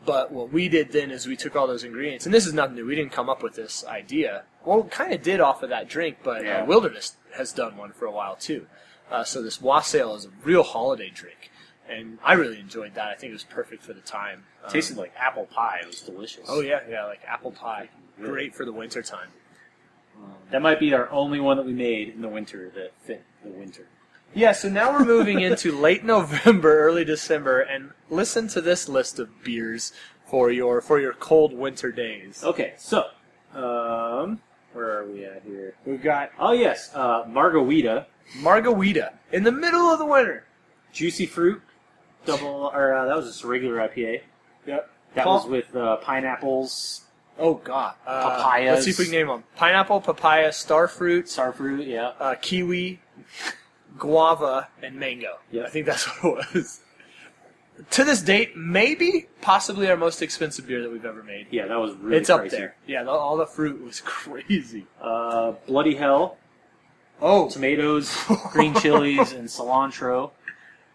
But what we did then is we took all those ingredients, and this is nothing new. We didn't come up with this idea. Well, kind of did off of that drink, but
Yeah.
uh, Wilderness has done one for a while too. Uh, so this wassail is a real holiday drink, and I really enjoyed that. I think it was perfect for the time. Um,
Tasted like apple pie. It was delicious.
oh yeah, yeah, like apple pie,
Really?
great for the winter time.
That might be our only one that we made in the winter that fit the winter.
Yeah, so now we're moving into late November, early December, and listen to this list of beers for your for your cold winter days.
Okay, so um, where are we at here?
We've got
Oh yes, uh, margarita,
Margarita in the middle of the winter.
juicy fruit, double or uh, that was just a regular IPA.
Yep.
That
Paul-
was with uh, pineapples,
Oh God. Uh,
Papayas.
Let's see if we can name them: pineapple, papaya, starfruit,
star fruit. Yeah,
uh, kiwi, guava, and mango.
Yeah.
I think that's what it was. To this date, maybe possibly our most expensive beer that we've ever made.
yeah, that was really
it's up
pricey.
there. Yeah, the, all the fruit was crazy.
Uh, bloody hell,
Oh,
tomatoes, green chilies, and cilantro.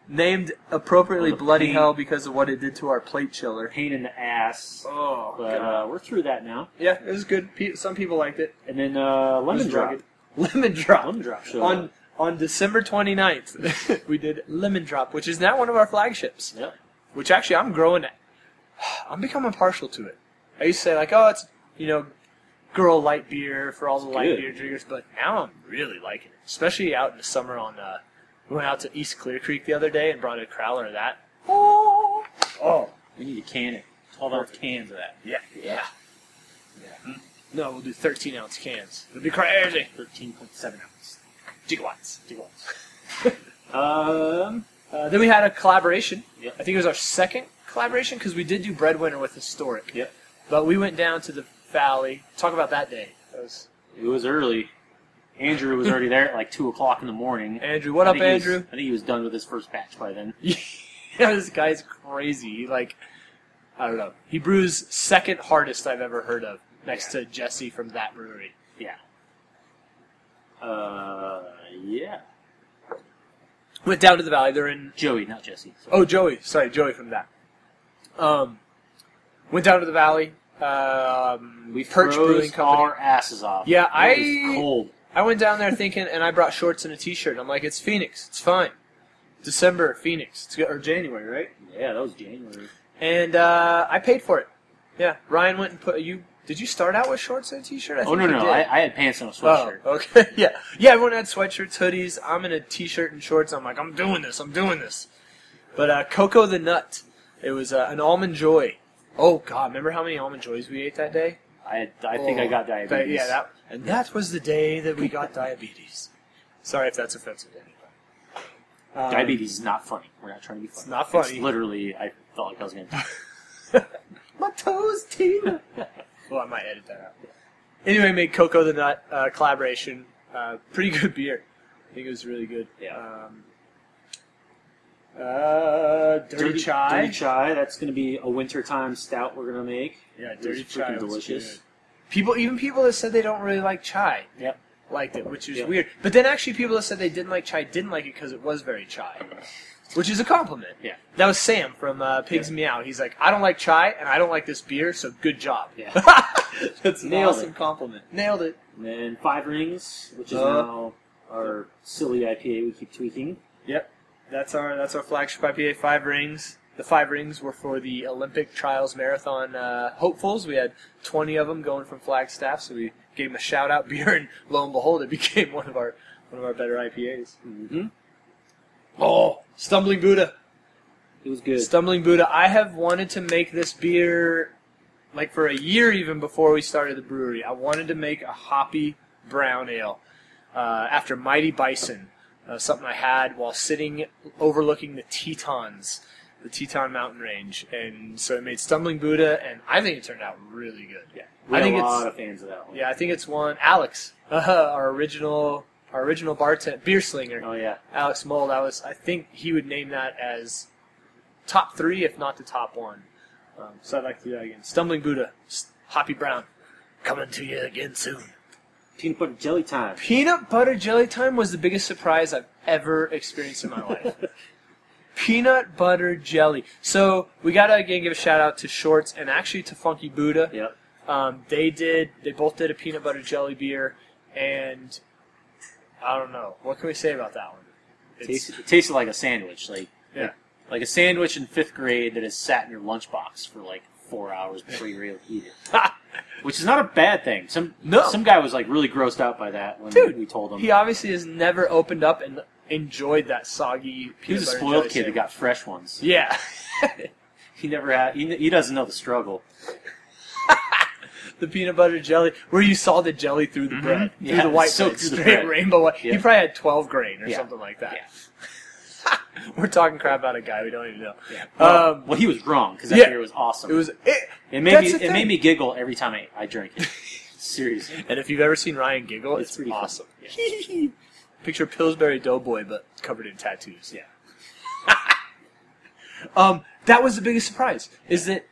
named appropriately
Oh, the
Bloody
pain.
Hell because of what it did to our plate chiller.
Pain in the ass,
Oh,
but uh, we're through that now.
yeah, it was good. Pe- Some people liked it.
And then uh,
It
lemon
was
drop,
rugged. Lemon drop.
lemon drop showed
on
up.
on December 29th, we did Lemon Drop, which is now one of our flagships.
Yep.
Which actually, I'm growing. I'm becoming partial to it. I used to say like, oh, it's you know, girl light beer for all the light
good.
beer drinkers, but now I'm really liking it, especially out in the summer. On uh, we went out to East Clear Creek the other day and brought a crowler of that. Oh, oh,
We need to can it. Twelve ounce cans of that.
yeah, yeah, yeah. No, we'll do 13 ounce cans. It'll be crazy.
Thirteen point seven ounce.
Gigawatts.
Um,
Uh, then we had a collaboration.
Yeah.
I think it was our second collaboration because we did do Breadwinner with Historic.
Yep.
But we went down to the valley. Talk about that day. That was-
it was early. Andrew was already there at like two o'clock in the morning.
Andrew, what
I
up,
think he was-
Andrew?
I think he was done with his first batch by then.
Yeah, this guy's crazy. He, like, I don't know. He brews second hardest I've ever heard of, next to Jesse from that brewery.
Yeah. Uh, yeah.
Went down to the valley. They're in
Joey, not Jesse. So-
Oh, Joey. Sorry, Joey from that. Um, went down to the valley. Um,
we
Perch
froze
Brewing Company.
our asses off.
Yeah,
It
I-
was cold.
I went down there thinking, and I brought shorts and a T-shirt. I'm like, it's Phoenix, it's fine. December, Phoenix, it's, go- or January, right?
Yeah, that was January.
And uh, I paid for it. Yeah, Ryan went and put you. Did you start out with shorts and a T-shirt? I
oh no,
you
no,
did.
I, I had pants and
Oh,
a sweatshirt.
okay, yeah, yeah. Everyone had sweatshirts, hoodies. I'm in a T-shirt and shorts. I'm like, I'm doing this, I'm doing this. But uh, Coco the Nut, it was uh, an almond joy. Oh God, remember how many almond joys we ate that day?
I had, I think I
Oh,
got
that-
diabetes.
yeah, that, and that was the day that we got diabetes. Sorry if that's offensive to anybody. Um,
diabetes is not funny. We're not trying to be funny.
It's not funny.
literally, I felt like I was gonna. die.
My toes, Tina. well, I might edit that out. Anyway, made Coco the Nut uh, collaboration. Uh, pretty good beer. I think it was really good.
Yeah.
Um, uh, dirty, chai.
Dirty chai. That's gonna be a wintertime stout we're gonna make.
Yeah,
It was
dirty chai.
freaking
was
delicious.
good. People, even people that said they don't really like chai,
Yep.
liked it, which is
Yeah.
weird. But then actually, people that said they didn't like chai didn't like it because it was very chai, which is a compliment.
Yeah.
That was Sam from uh, Pigs Meow. He's like, I don't like chai and I don't like this beer, so good job.
Yeah.
That's an
Nailed
awesome
it.
compliment. Nailed it.
And then Five Rings, which is
Uh,
now our silly IPA we keep tweaking.
That's our that's our flagship IPA, five rings. The five rings were for the Olympic Trials Marathon uh, hopefuls. We had 20 of them going from Flagstaff, so we gave them a shout out beer, and lo and behold, it became one of our one of our better IPAs.
Mm-hmm.
Oh, Stumbling Buddha.
It was good.
Stumbling Buddha. I have wanted to make this beer like for a year even before we started the brewery. I wanted to make a hoppy brown ale uh, after Mighty Bison, uh, something I had while sitting overlooking the Tetons, the Teton mountain range. And so I made Stumbling Buddha, and I think it turned out really good.
yeah,
I
we had
think
a
it's-
lot of fans of that one.
Yeah, I think it's one. Alex, our original. Our original bartender, beer slinger,
Oh yeah.
Alex Mold, I was I think he would name that as top three, if not the top one. Um, so I'd like to do that again. Stumbling Buddha, S- Hoppy Brown, coming to you again soon.
Peanut butter jelly time.
Peanut butter jelly time was the biggest surprise I've ever experienced in my life. Peanut butter jelly. So we gotta again give a shout out to Shorts and actually to Funky Buddha.
Yep.
Um, they did. They both did a peanut butter jelly beer, and I don't know what can we say about that one. It's-
Tasted, it tasted like a sandwich, like
Yeah.
like, like a sandwich in fifth grade that has sat in your lunchbox for like four hours before you really eat it. Which is not a bad thing. Some
No.
some guy was like really grossed out by that when
Dude,
we told him.
He obviously has never opened up and enjoyed that soggy. Peanut
he was a
butter
spoiled
jelly
kid that
sandwich.
got fresh ones.
Yeah,
He never had. He, he doesn't know the struggle.
the peanut butter jelly, where you saw the jelly through the bread,
Mm-hmm. Yeah,
through the white
so
bread,
through the
straight
bread.
rainbow. white. He
Yeah.
probably had twelve grain or
Yeah.
something like that. We're talking crap about a guy we don't even know.
Well,
Um,
well, he was wrong because that
yeah.
beer was awesome.
It was, it,
It made
That's
me.
the
It
thing.
made me giggle every time I, I drank it. Seriously.
and if you've ever seen Ryan giggle,
It's
it's,
pretty funny.
awesome. Picture Pillsbury Doughboy, but covered in tattoos.
Yeah.
Um, that was the biggest surprise. Is that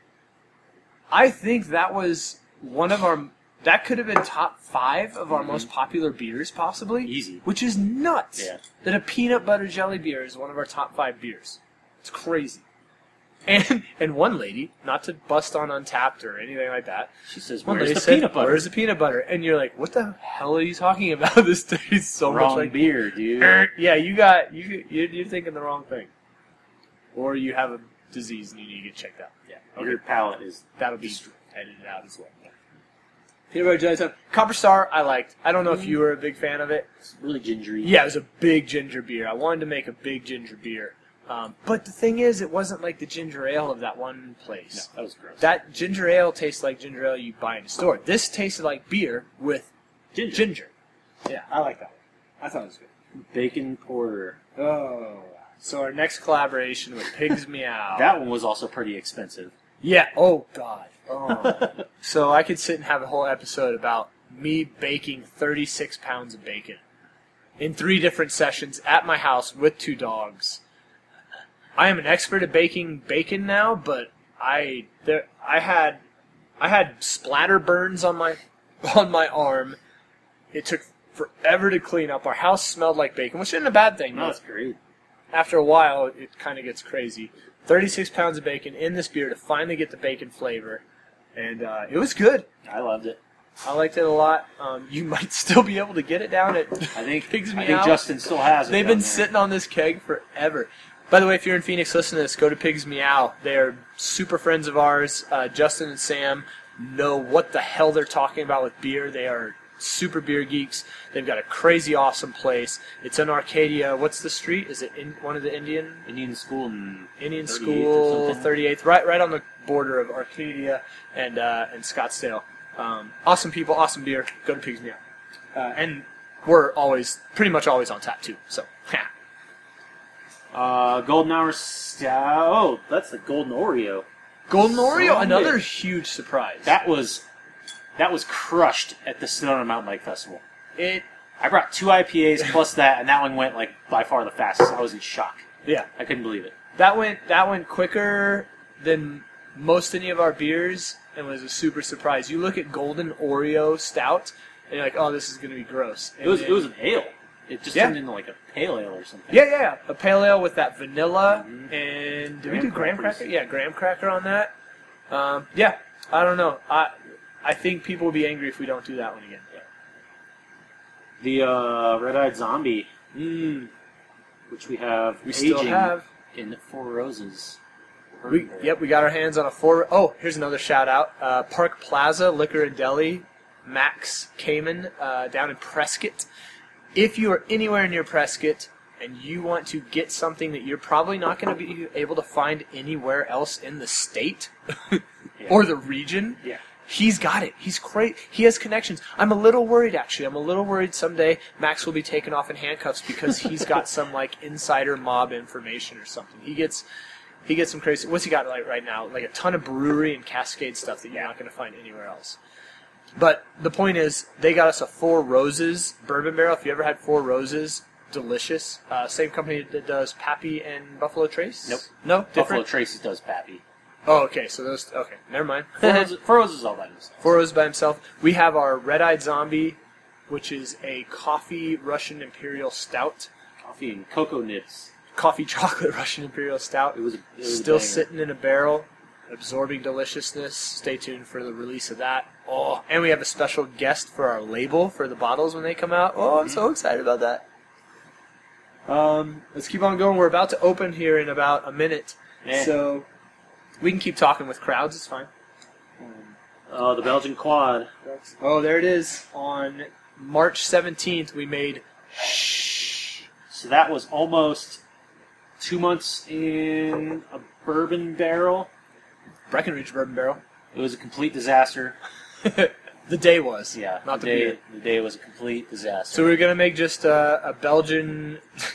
I think that was one of our that could have been top five of our most popular beers, possibly.
Mm-hmm. Easy.
Which is nuts.
Yeah.
That a peanut butter jelly beer is one of our top five beers. It's crazy. And and one lady, not to bust on Untapped or anything like that,
She says,
one
"Where's
lady
the
said,
peanut butter?"
"Where's the peanut butter?" And you're like, "What the hell are you talking about? this tastes so much
Wrong
like
beer, dude.
Er, yeah, you got you you're, you're thinking the wrong thing, or you have a disease and you need to get checked out.
Yeah. Your palate is
That'll be edited out as well. Peanut butter jelly time. Copper Star, I liked. I don't know if you were a big fan of it.
really gingery.
Yeah, it was a big ginger beer. I wanted to make a big ginger beer, um, but the thing is, it wasn't like the ginger ale of that one
No,
place.
that was gross.
That ginger ale tastes like ginger ale you buy in a store. This tasted like beer with
ginger.
ginger. Yeah, I like that one. I thought it was good.
bacon porter.
Oh. So our next collaboration with Pigs Meow.
That one was also pretty expensive.
yeah. Oh God. Oh. so I could sit and have a whole episode about me baking 36 pounds of bacon in three different sessions at my house with two dogs. I am an expert at baking bacon now, but I there I had I had splatter burns on my on my arm. It took forever to clean up. Our house smelled like bacon, which isn't a bad thing.
No,
though
that's great.
after a while, it kind of gets crazy. 36 pounds of bacon in this beer to finally get the bacon flavor. And uh, it was good.
I loved it.
I liked it a lot. Um, you might still be able to get it down at.
I think
Pigs
I
Meow.
think Justin still has it.
They've
down
been
there.
sitting on this keg forever. By the way, if you're in Phoenix, listen to this. Go to Pigs Meow. They're super friends of ours. Uh, Justin and Sam know what the hell they're talking about with beer. They are super beer geeks. They've got a crazy awesome place. It's in Arcadia. What's the street? Is it in one of the Indian
Indian school and
Indian
38th or
School,
something.
Thirty Eighth, right, right on the border of Arcadia and uh, and Scottsdale. Um, awesome people, awesome beer. Go to Pigs Meow, uh, and we're always pretty much always on tap too. So, yeah.
uh, Golden Hour Stout. Oh, that's the Golden Oreo.
Golden Oreo,
Solid.
another huge surprise.
That was that was crushed at the Sonoma Mountain Lake Festival.
it,
I brought two IPAs plus that, and that one went like by far the fastest. I was in shock.
yeah,
I couldn't believe it.
that went that went quicker than most any of our beers, and was a super surprise. You look at Golden Oreo Stout, and you're like, oh, this is gonna be gross.
It was
And
it was an ale. It just
Yeah.
turned into like a pale ale or something.
Yeah, yeah, yeah. A pale ale with that vanilla
Mhm.
and did we
Graham
do graham
crackers.
cracker? Yeah, graham cracker on that. Um, yeah, I don't know. I I think people will be angry if we don't do that one again.
The uh, Red Eyed Zombie,
Mm,
which we have
we
aging
still have.
in Four Roses.
We, yep, we got our hands on a four. Oh, here's another shout out: uh, Park Plaza Liquor and Deli, Max Kamen uh, down in Prescott. If you are anywhere near Prescott and you want to get something that you're probably not going to be able to find anywhere else in the state or the region,
Yeah.
He's got it. He's great. He has connections. I'm a little worried, actually. I'm a little worried someday Max will be taken off in handcuffs because he's got some like insider mob information or something. He gets, he gets some crazy. What's he got like right now? Like a ton of brewery and Cascade stuff that you're not going to find anywhere else. But the point is, they got us a Four Roses bourbon barrel. If you ever had Four Roses, delicious. Uh, same company that does Pappy and Buffalo Trace.
Nope.
No,
Buffalo
different.
Tracy does Pappy.
oh, okay. So those. Okay, never mind.
Four Roses- Four Roses is all by himself.
Four Roses by himself. We have our Red Eyed Zombie, which is a coffee Russian Imperial Stout,
Coffee and cocoa nibs.
coffee chocolate Russian Imperial Stout.
It was, a- it was a
Still
banger.
sitting in a barrel, absorbing deliciousness. Stay tuned for the release of that. Oh, and we have a special guest for our label for the bottles when they come out. Oh, I'm
Mm-hmm.
so excited about that. Um, let's keep on going. We're about to open here in about a minute,
Eh.
so we can keep talking with crowds. It's fine.
Oh, the Belgian quad.
Oh, there it is. On March 17th, we made Shh.
So that was almost two months in a bourbon barrel.
Breckenridge Bourbon Barrel.
It was a complete disaster.
The day was.
Yeah,
Not the,
the day.
beer.
The day was a complete disaster.
So we were going to make just uh, a Belgian. it's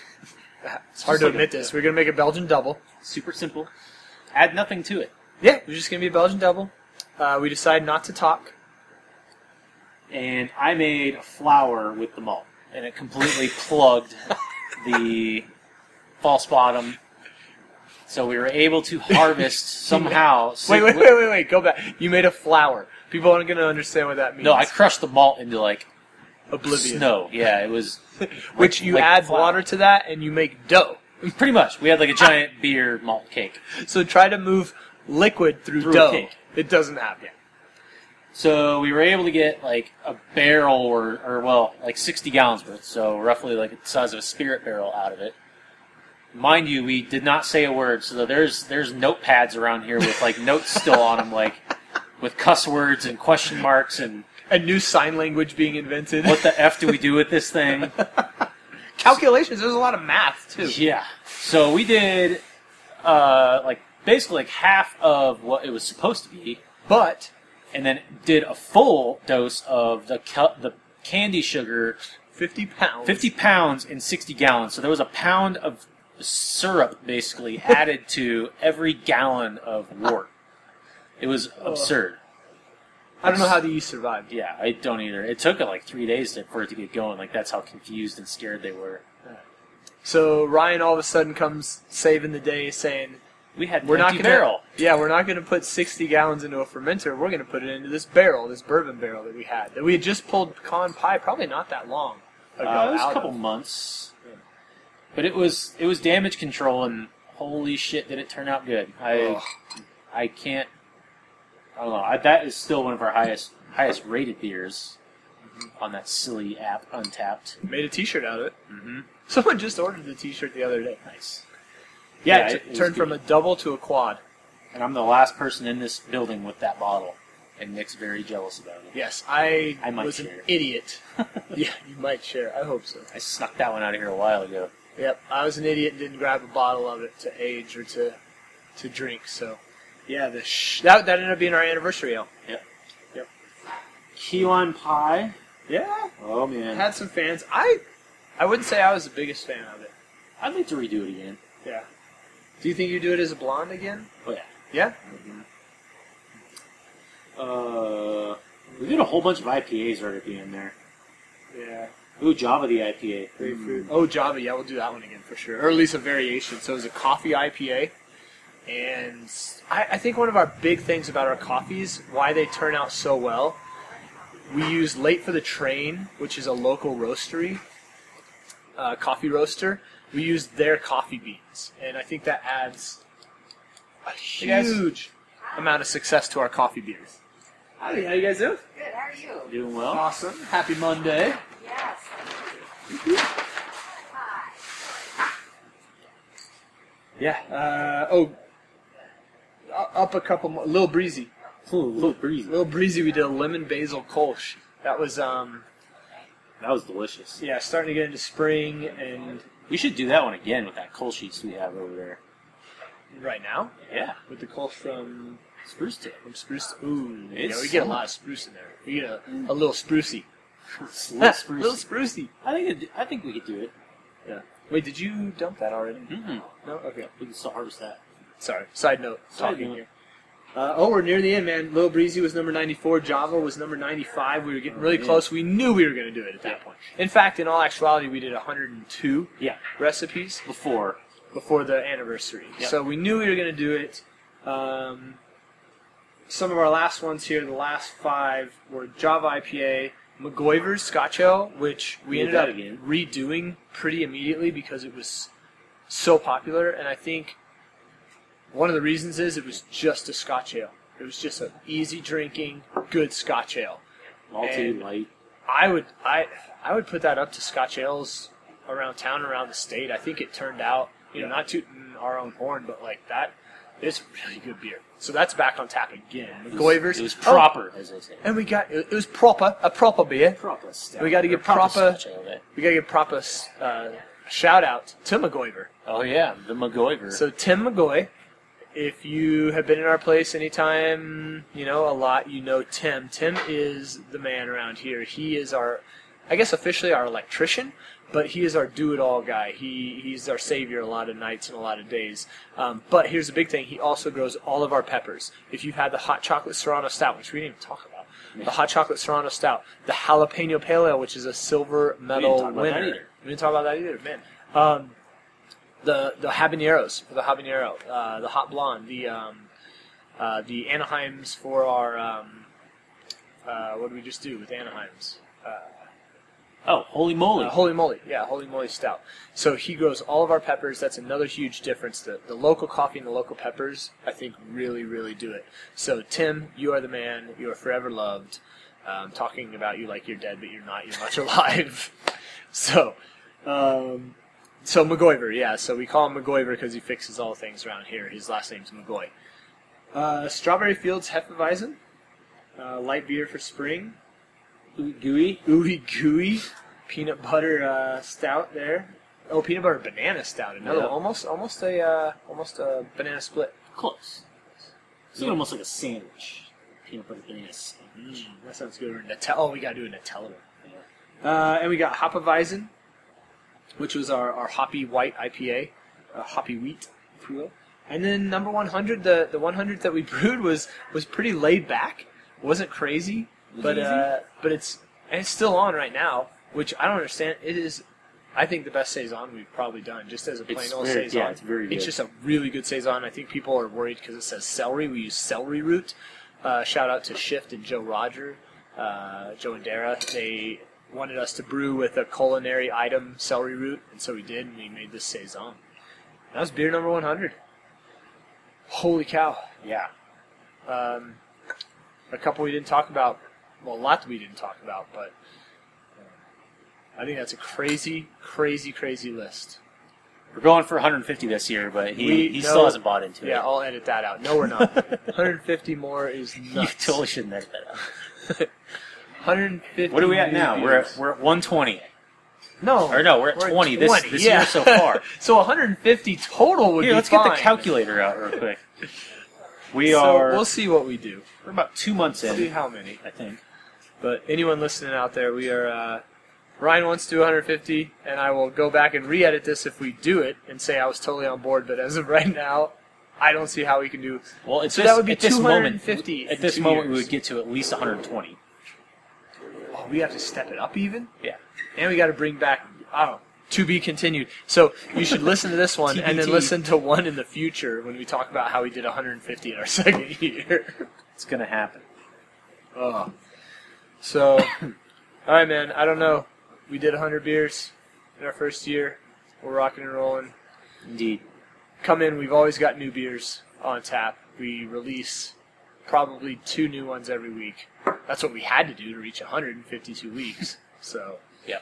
hard
Just
to
like
admit
a-
this. We are going to make a Belgian double.
Super simple. Add nothing to it.
Yeah, we're just going to be a Belgian double. Uh, we decided not to talk.
And I made a flour with the malt, and it completely plugged the false bottom. So we were able to harvest somehow.
Wait, wait, wait, wait, wait. Go back. You made a flower. People aren't going to understand what that means.
No, I crushed the malt into like
Oblivion.
snow. Yeah, it was
Which you
like
add
flour.
water to that and you make dough.
pretty much. We had like a giant beer malt cake.
So try to move liquid through,
Through a
dough.
cake.
It doesn't happen.
So we were able to get like a barrel or, or well, like 60 gallons worth, so roughly like the size of a spirit barrel out of it. Mind you, we did not say a word, so there's there's notepads around here with like notes still on them, like with cuss words and question marks and
And new sign language being invented.
what the f do we do with this thing?
calculations. There's a lot of math too.
Yeah. So we did uh, like basically like half of what it was supposed to be,
But
and then did a full dose of the cu- the candy sugar
50 pounds.
50 pounds in 60 gallons. So there was a pound of syrup basically added to every gallon of wort. It was absurd.
I don't know how the yeast survived.
Yeah, I don't either. It took it like three days to, for it to get going. Like that's how confused and scared they were.
So Ryan all of a sudden comes saving the day, saying,
We had
"We're not
empty
gonna,
barrel.
yeah, we're not going to put 60 gallons into a fermenter. We're going to put it into this barrel, this bourbon barrel that we had that we had just pulled pecan pie, probably not that long ago.
Uh, it was
out
a couple
of.
months, but it was it was damage control, and holy shit, did it turn out good. I
Ugh.
I can't. I don't know. I, that is still one of our highest highest rated beers on that silly app Untapped.
Made a T-shirt out of it.
Mhm.
Someone just ordered the T-shirt the other day.
Nice.
Yeah, it
Yeah, it-
t-
it was
turned from a
good.
double to a quad.
And I'm the last person in this building with that bottle, and Nick's very jealous about it.
Yes, I,
I might
was an
share.
idiot. yeah, you might share. I hope so.
I snuck that one out of here a while ago.
Yep, I was an idiot and didn't grab a bottle of it to age or to to drink. So, yeah, the sh- that that ended up being our anniversary ale.
Key lime pie.
Yeah,
Oh man,
had some fans. I I wouldn't say I was the biggest fan of it.
I'd like to redo it again.
Yeah. Do you think you do it as a blonde again?
Oh yeah.
Yeah.
Uh, we did a whole bunch of IPAs right at the end there.
Yeah.
Ooh, Java the IPA.
Grapefruit. Oh, Java. Yeah, we'll do that one again for sure, or at least a variation. So it was a coffee IPA, and I, I think one of our big things about our coffees, why they turn out so well, we use Late for the Train, which is a local roastery, uh, coffee roaster. We use their coffee beans, and I think that adds a
guys-
huge amount of success to our coffee beers. Howdy, how you guys doing?
Good, how are
Mm.
you?
Doing well.
Awesome. Happy Monday.
Yes.
Yeah. Uh, oh, up a couple, mo- a little breezy,
Ooh, a little breezy.
a little breezy. We did a lemon basil kolsch. That was um
That was delicious.
yeah, starting to get into spring and
We should do that one again with that coal sheets we have over there.
right now
Yeah,
with the kolsch from
spruce tip.
from spruce. Ooh, yeah,
It's
we get a
so-
lot of spruce in there. We get a, a little sprucey,
It's a
little
little spruce.
sprucey.
I think it, I think we could do it.
Wait, did you dump that already?
Mm-hmm.
No. Okay.
We can still harvest that.
Sorry. Side note.
Side
talking
note.
here. Uh, oh, we're near the end, man. Little Breezy was number 94. Java was number 95. We were getting really
man.
close. We knew we were going to do it at that
Oh, Yeah.
point. In fact, in all actuality, we did 102
Yeah,
recipes
before.
before the anniversary.
Yep.
So we knew we were going to do it. Um, some of our last ones here, the last five, were Java IPA, McGoiver's Scotch Ale, which we
Did
ended
that
up
again.
redoing pretty immediately because it was so popular. And I think one of the reasons is it was just a Scotch Ale. It was just an easy drinking, good Scotch Ale.
Malty,
And-
light.
I would I I would put that up to Scotch ales around town, around the state. I think it turned out, you know, not tooting our own horn, but like that, it's really good beer. So that's back on tap again.
It was-
McGoiver's
It was proper, as they say.
Oh, and we got it was proper a proper beer.
Proper stuff.
We gotta
Or
get proper-
Scotch ale, right?
We gotta give proper uh, shout out to McGoiver.
Oh yeah, the McGoiver.
So Tim McGoy, if you have been in our place anytime, you know a lot, you know Tim. Tim is the man around here. He is our, I guess officially our electrician, but he is our do-it-all guy. He he's our savior a lot of nights and a lot of days. Um, but here's the big thing: he also grows all of our peppers. If you've had the hot chocolate Serrano Stout, which we didn't even talk about. The hot chocolate Serrano Stout, the jalapeno pale ale, which is a silver medal
talk about that
winner.
either.
We didn't talk about that either, man. Um, the the habaneros for the habanero, uh, the hot blonde, the um, uh, the Anaheims for our um, uh, what did we just do with Anaheims?
oh, holy moly!
Uh, holy moly, yeah, holy moly stout. So he grows all of our peppers. That's another huge difference. The the local coffee and the local peppers, I think, really really do it. So Tim, you are the man. You are forever loved. Um, talking about you like you're dead, but you're not. You're much alive. so. Um, so McGoiver, yeah. So we call him McGoiver because he fixes all things around here. His last name's McGoy. Uh, Strawberry Fields Hefeweizen, uh, light beer for spring.
Ooey gooey.
Ooey gooey peanut butter uh, stout there. Oh, peanut butter banana stout. Another
Yeah.
almost almost a uh, almost a banana split.
Close. It's almost like a sandwich. Peanut butter banana sandwich.
Mm, That sounds good. Or Nutella. Oh, we gotta do a Nutella. Uh, and we got Hopavison, which was our, our hoppy white IPA, uh, hoppy wheat, if you will. And then number 100, the, the 100 that we brewed was was pretty laid back, wasn't crazy, but uh, but it's and it's still on right now, which I don't understand. It is, I think the best saison we've probably done, just as a plain
It's
old
very-
saison.
yeah, it's very good.
just a really good saison. I think people are worried because it says celery. We use celery root. Uh, shout out to Shift and Joe Roger, uh, Joe and Dara. They wanted us to brew with a culinary item, celery root, and so we did, and we made this saison. That was beer number 100. Holy cow!
Yeah.
Um, a couple we didn't talk about. Well, a lot that we didn't talk about, but uh, I think that's a crazy, crazy, crazy list.
We're going for 150 this year, but he,
We-
he
no.
still hasn't bought into
Yeah,
it.
I'll edit that out. No, we're not. 150 more is
You
nuts.
totally shouldn't edit that out.
150.
What are we at
new
now? We're at,
views.
we're at 120.
no,
Or no, we're at 20 this- this year so far.
so 150 total would
Here,
be
let's get the
fine.
calculator out real quick. We
So
are
We'll see what we do.
we're about two months
See
in,
how many.
I think.
But anyone listening out there, we are. Uh, Ryan wants to do 150, and I will go back and re-edit this if we do it and say I was totally on board. But as of right now, I don't see how we can do.
Well, it's
So
this,
that would be
at this moment.
250 in
At this
two
moment, we
years.
would get to at least 120.
Oh, we have to step it up even,
Yeah.
and we got to bring back. Oh, to be continued. So you should listen to this one, and then
TBT.
listen to one in the future when we talk about how we did 150 in our second year.
It's gonna happen.
Oh. So, all right, man. I don't know. We did 100 beers in our first year. We're rocking and rolling.
Indeed.
Come in. We've always got new beers on tap. We release probably two new ones every week. That's what we had to do to reach 152 weeks. So,
Yeah.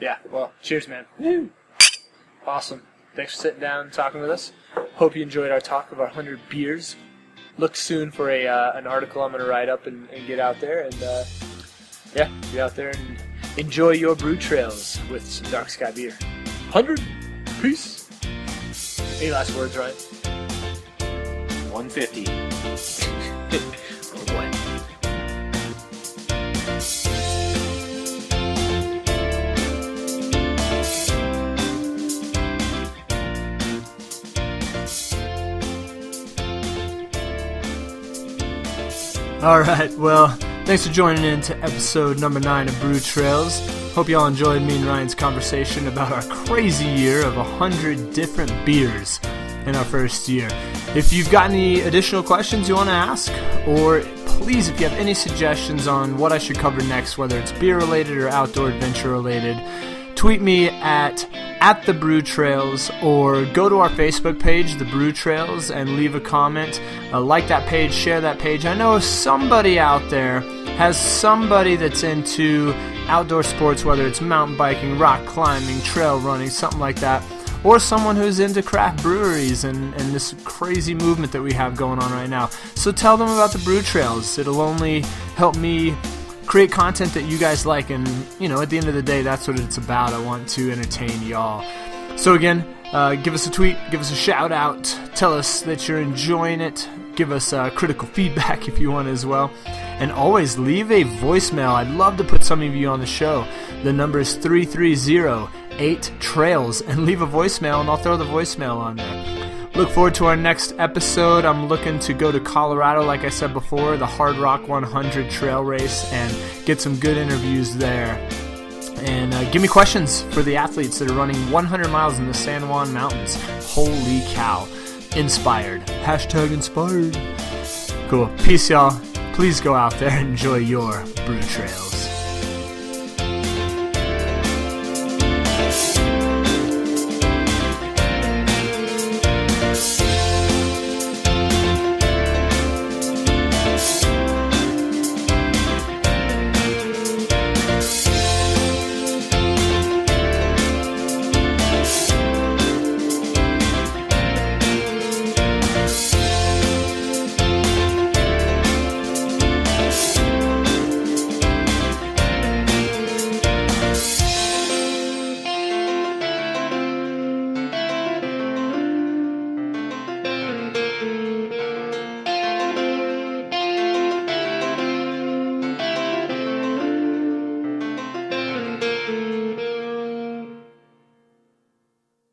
yeah. Well, cheers, man. Awesome. Thanks for sitting down and talking with us. Hope you enjoyed our talk of our 100 beers.
look soon for a uh, an article I'm going to write up and, and get out there. And uh, yeah, get out there and enjoy your brew trails with some dark sky beer. 100. Peace. Any last words, Ryan?
150.
Or what?
All right, well, thanks for joining in to episode number nine of Brew Trails. Hope y'all enjoyed me and Ryan's conversation about our crazy year of 100 different beers in our first year. If you've got any additional questions you want to ask, or please, if you have any suggestions on what I should cover next, whether it's beer related or outdoor adventure related, tweet me at at the brew trails or go to our facebook page the brew trails and leave a comment uh, like that page share that page i know somebody out there has somebody that's into outdoor sports whether it's mountain biking rock climbing trail running something like that or someone who's into craft breweries and, and this crazy movement that we have going on right now so tell them about the brew trails it'll only help me create content that you guys like and you know at the end of the day that's what it's about i want to entertain y'all so again uh, give us a tweet give us a shout out tell us that you're enjoying it give us uh, critical feedback if you want as well and always leave a voicemail i'd love to put some of you on the show the number is 3308 trails and leave a voicemail and i'll throw the voicemail on there Look forward to our next episode. I'm looking to go to Colorado, like I said before, the Hard Rock 100 trail race, and get some good interviews there. And uh, give me questions for the athletes that are running 100 miles in the San Juan Mountains. Holy cow. Inspired. Hashtag inspired. Cool. Peace, y'all. Please go out there and enjoy your brew trails.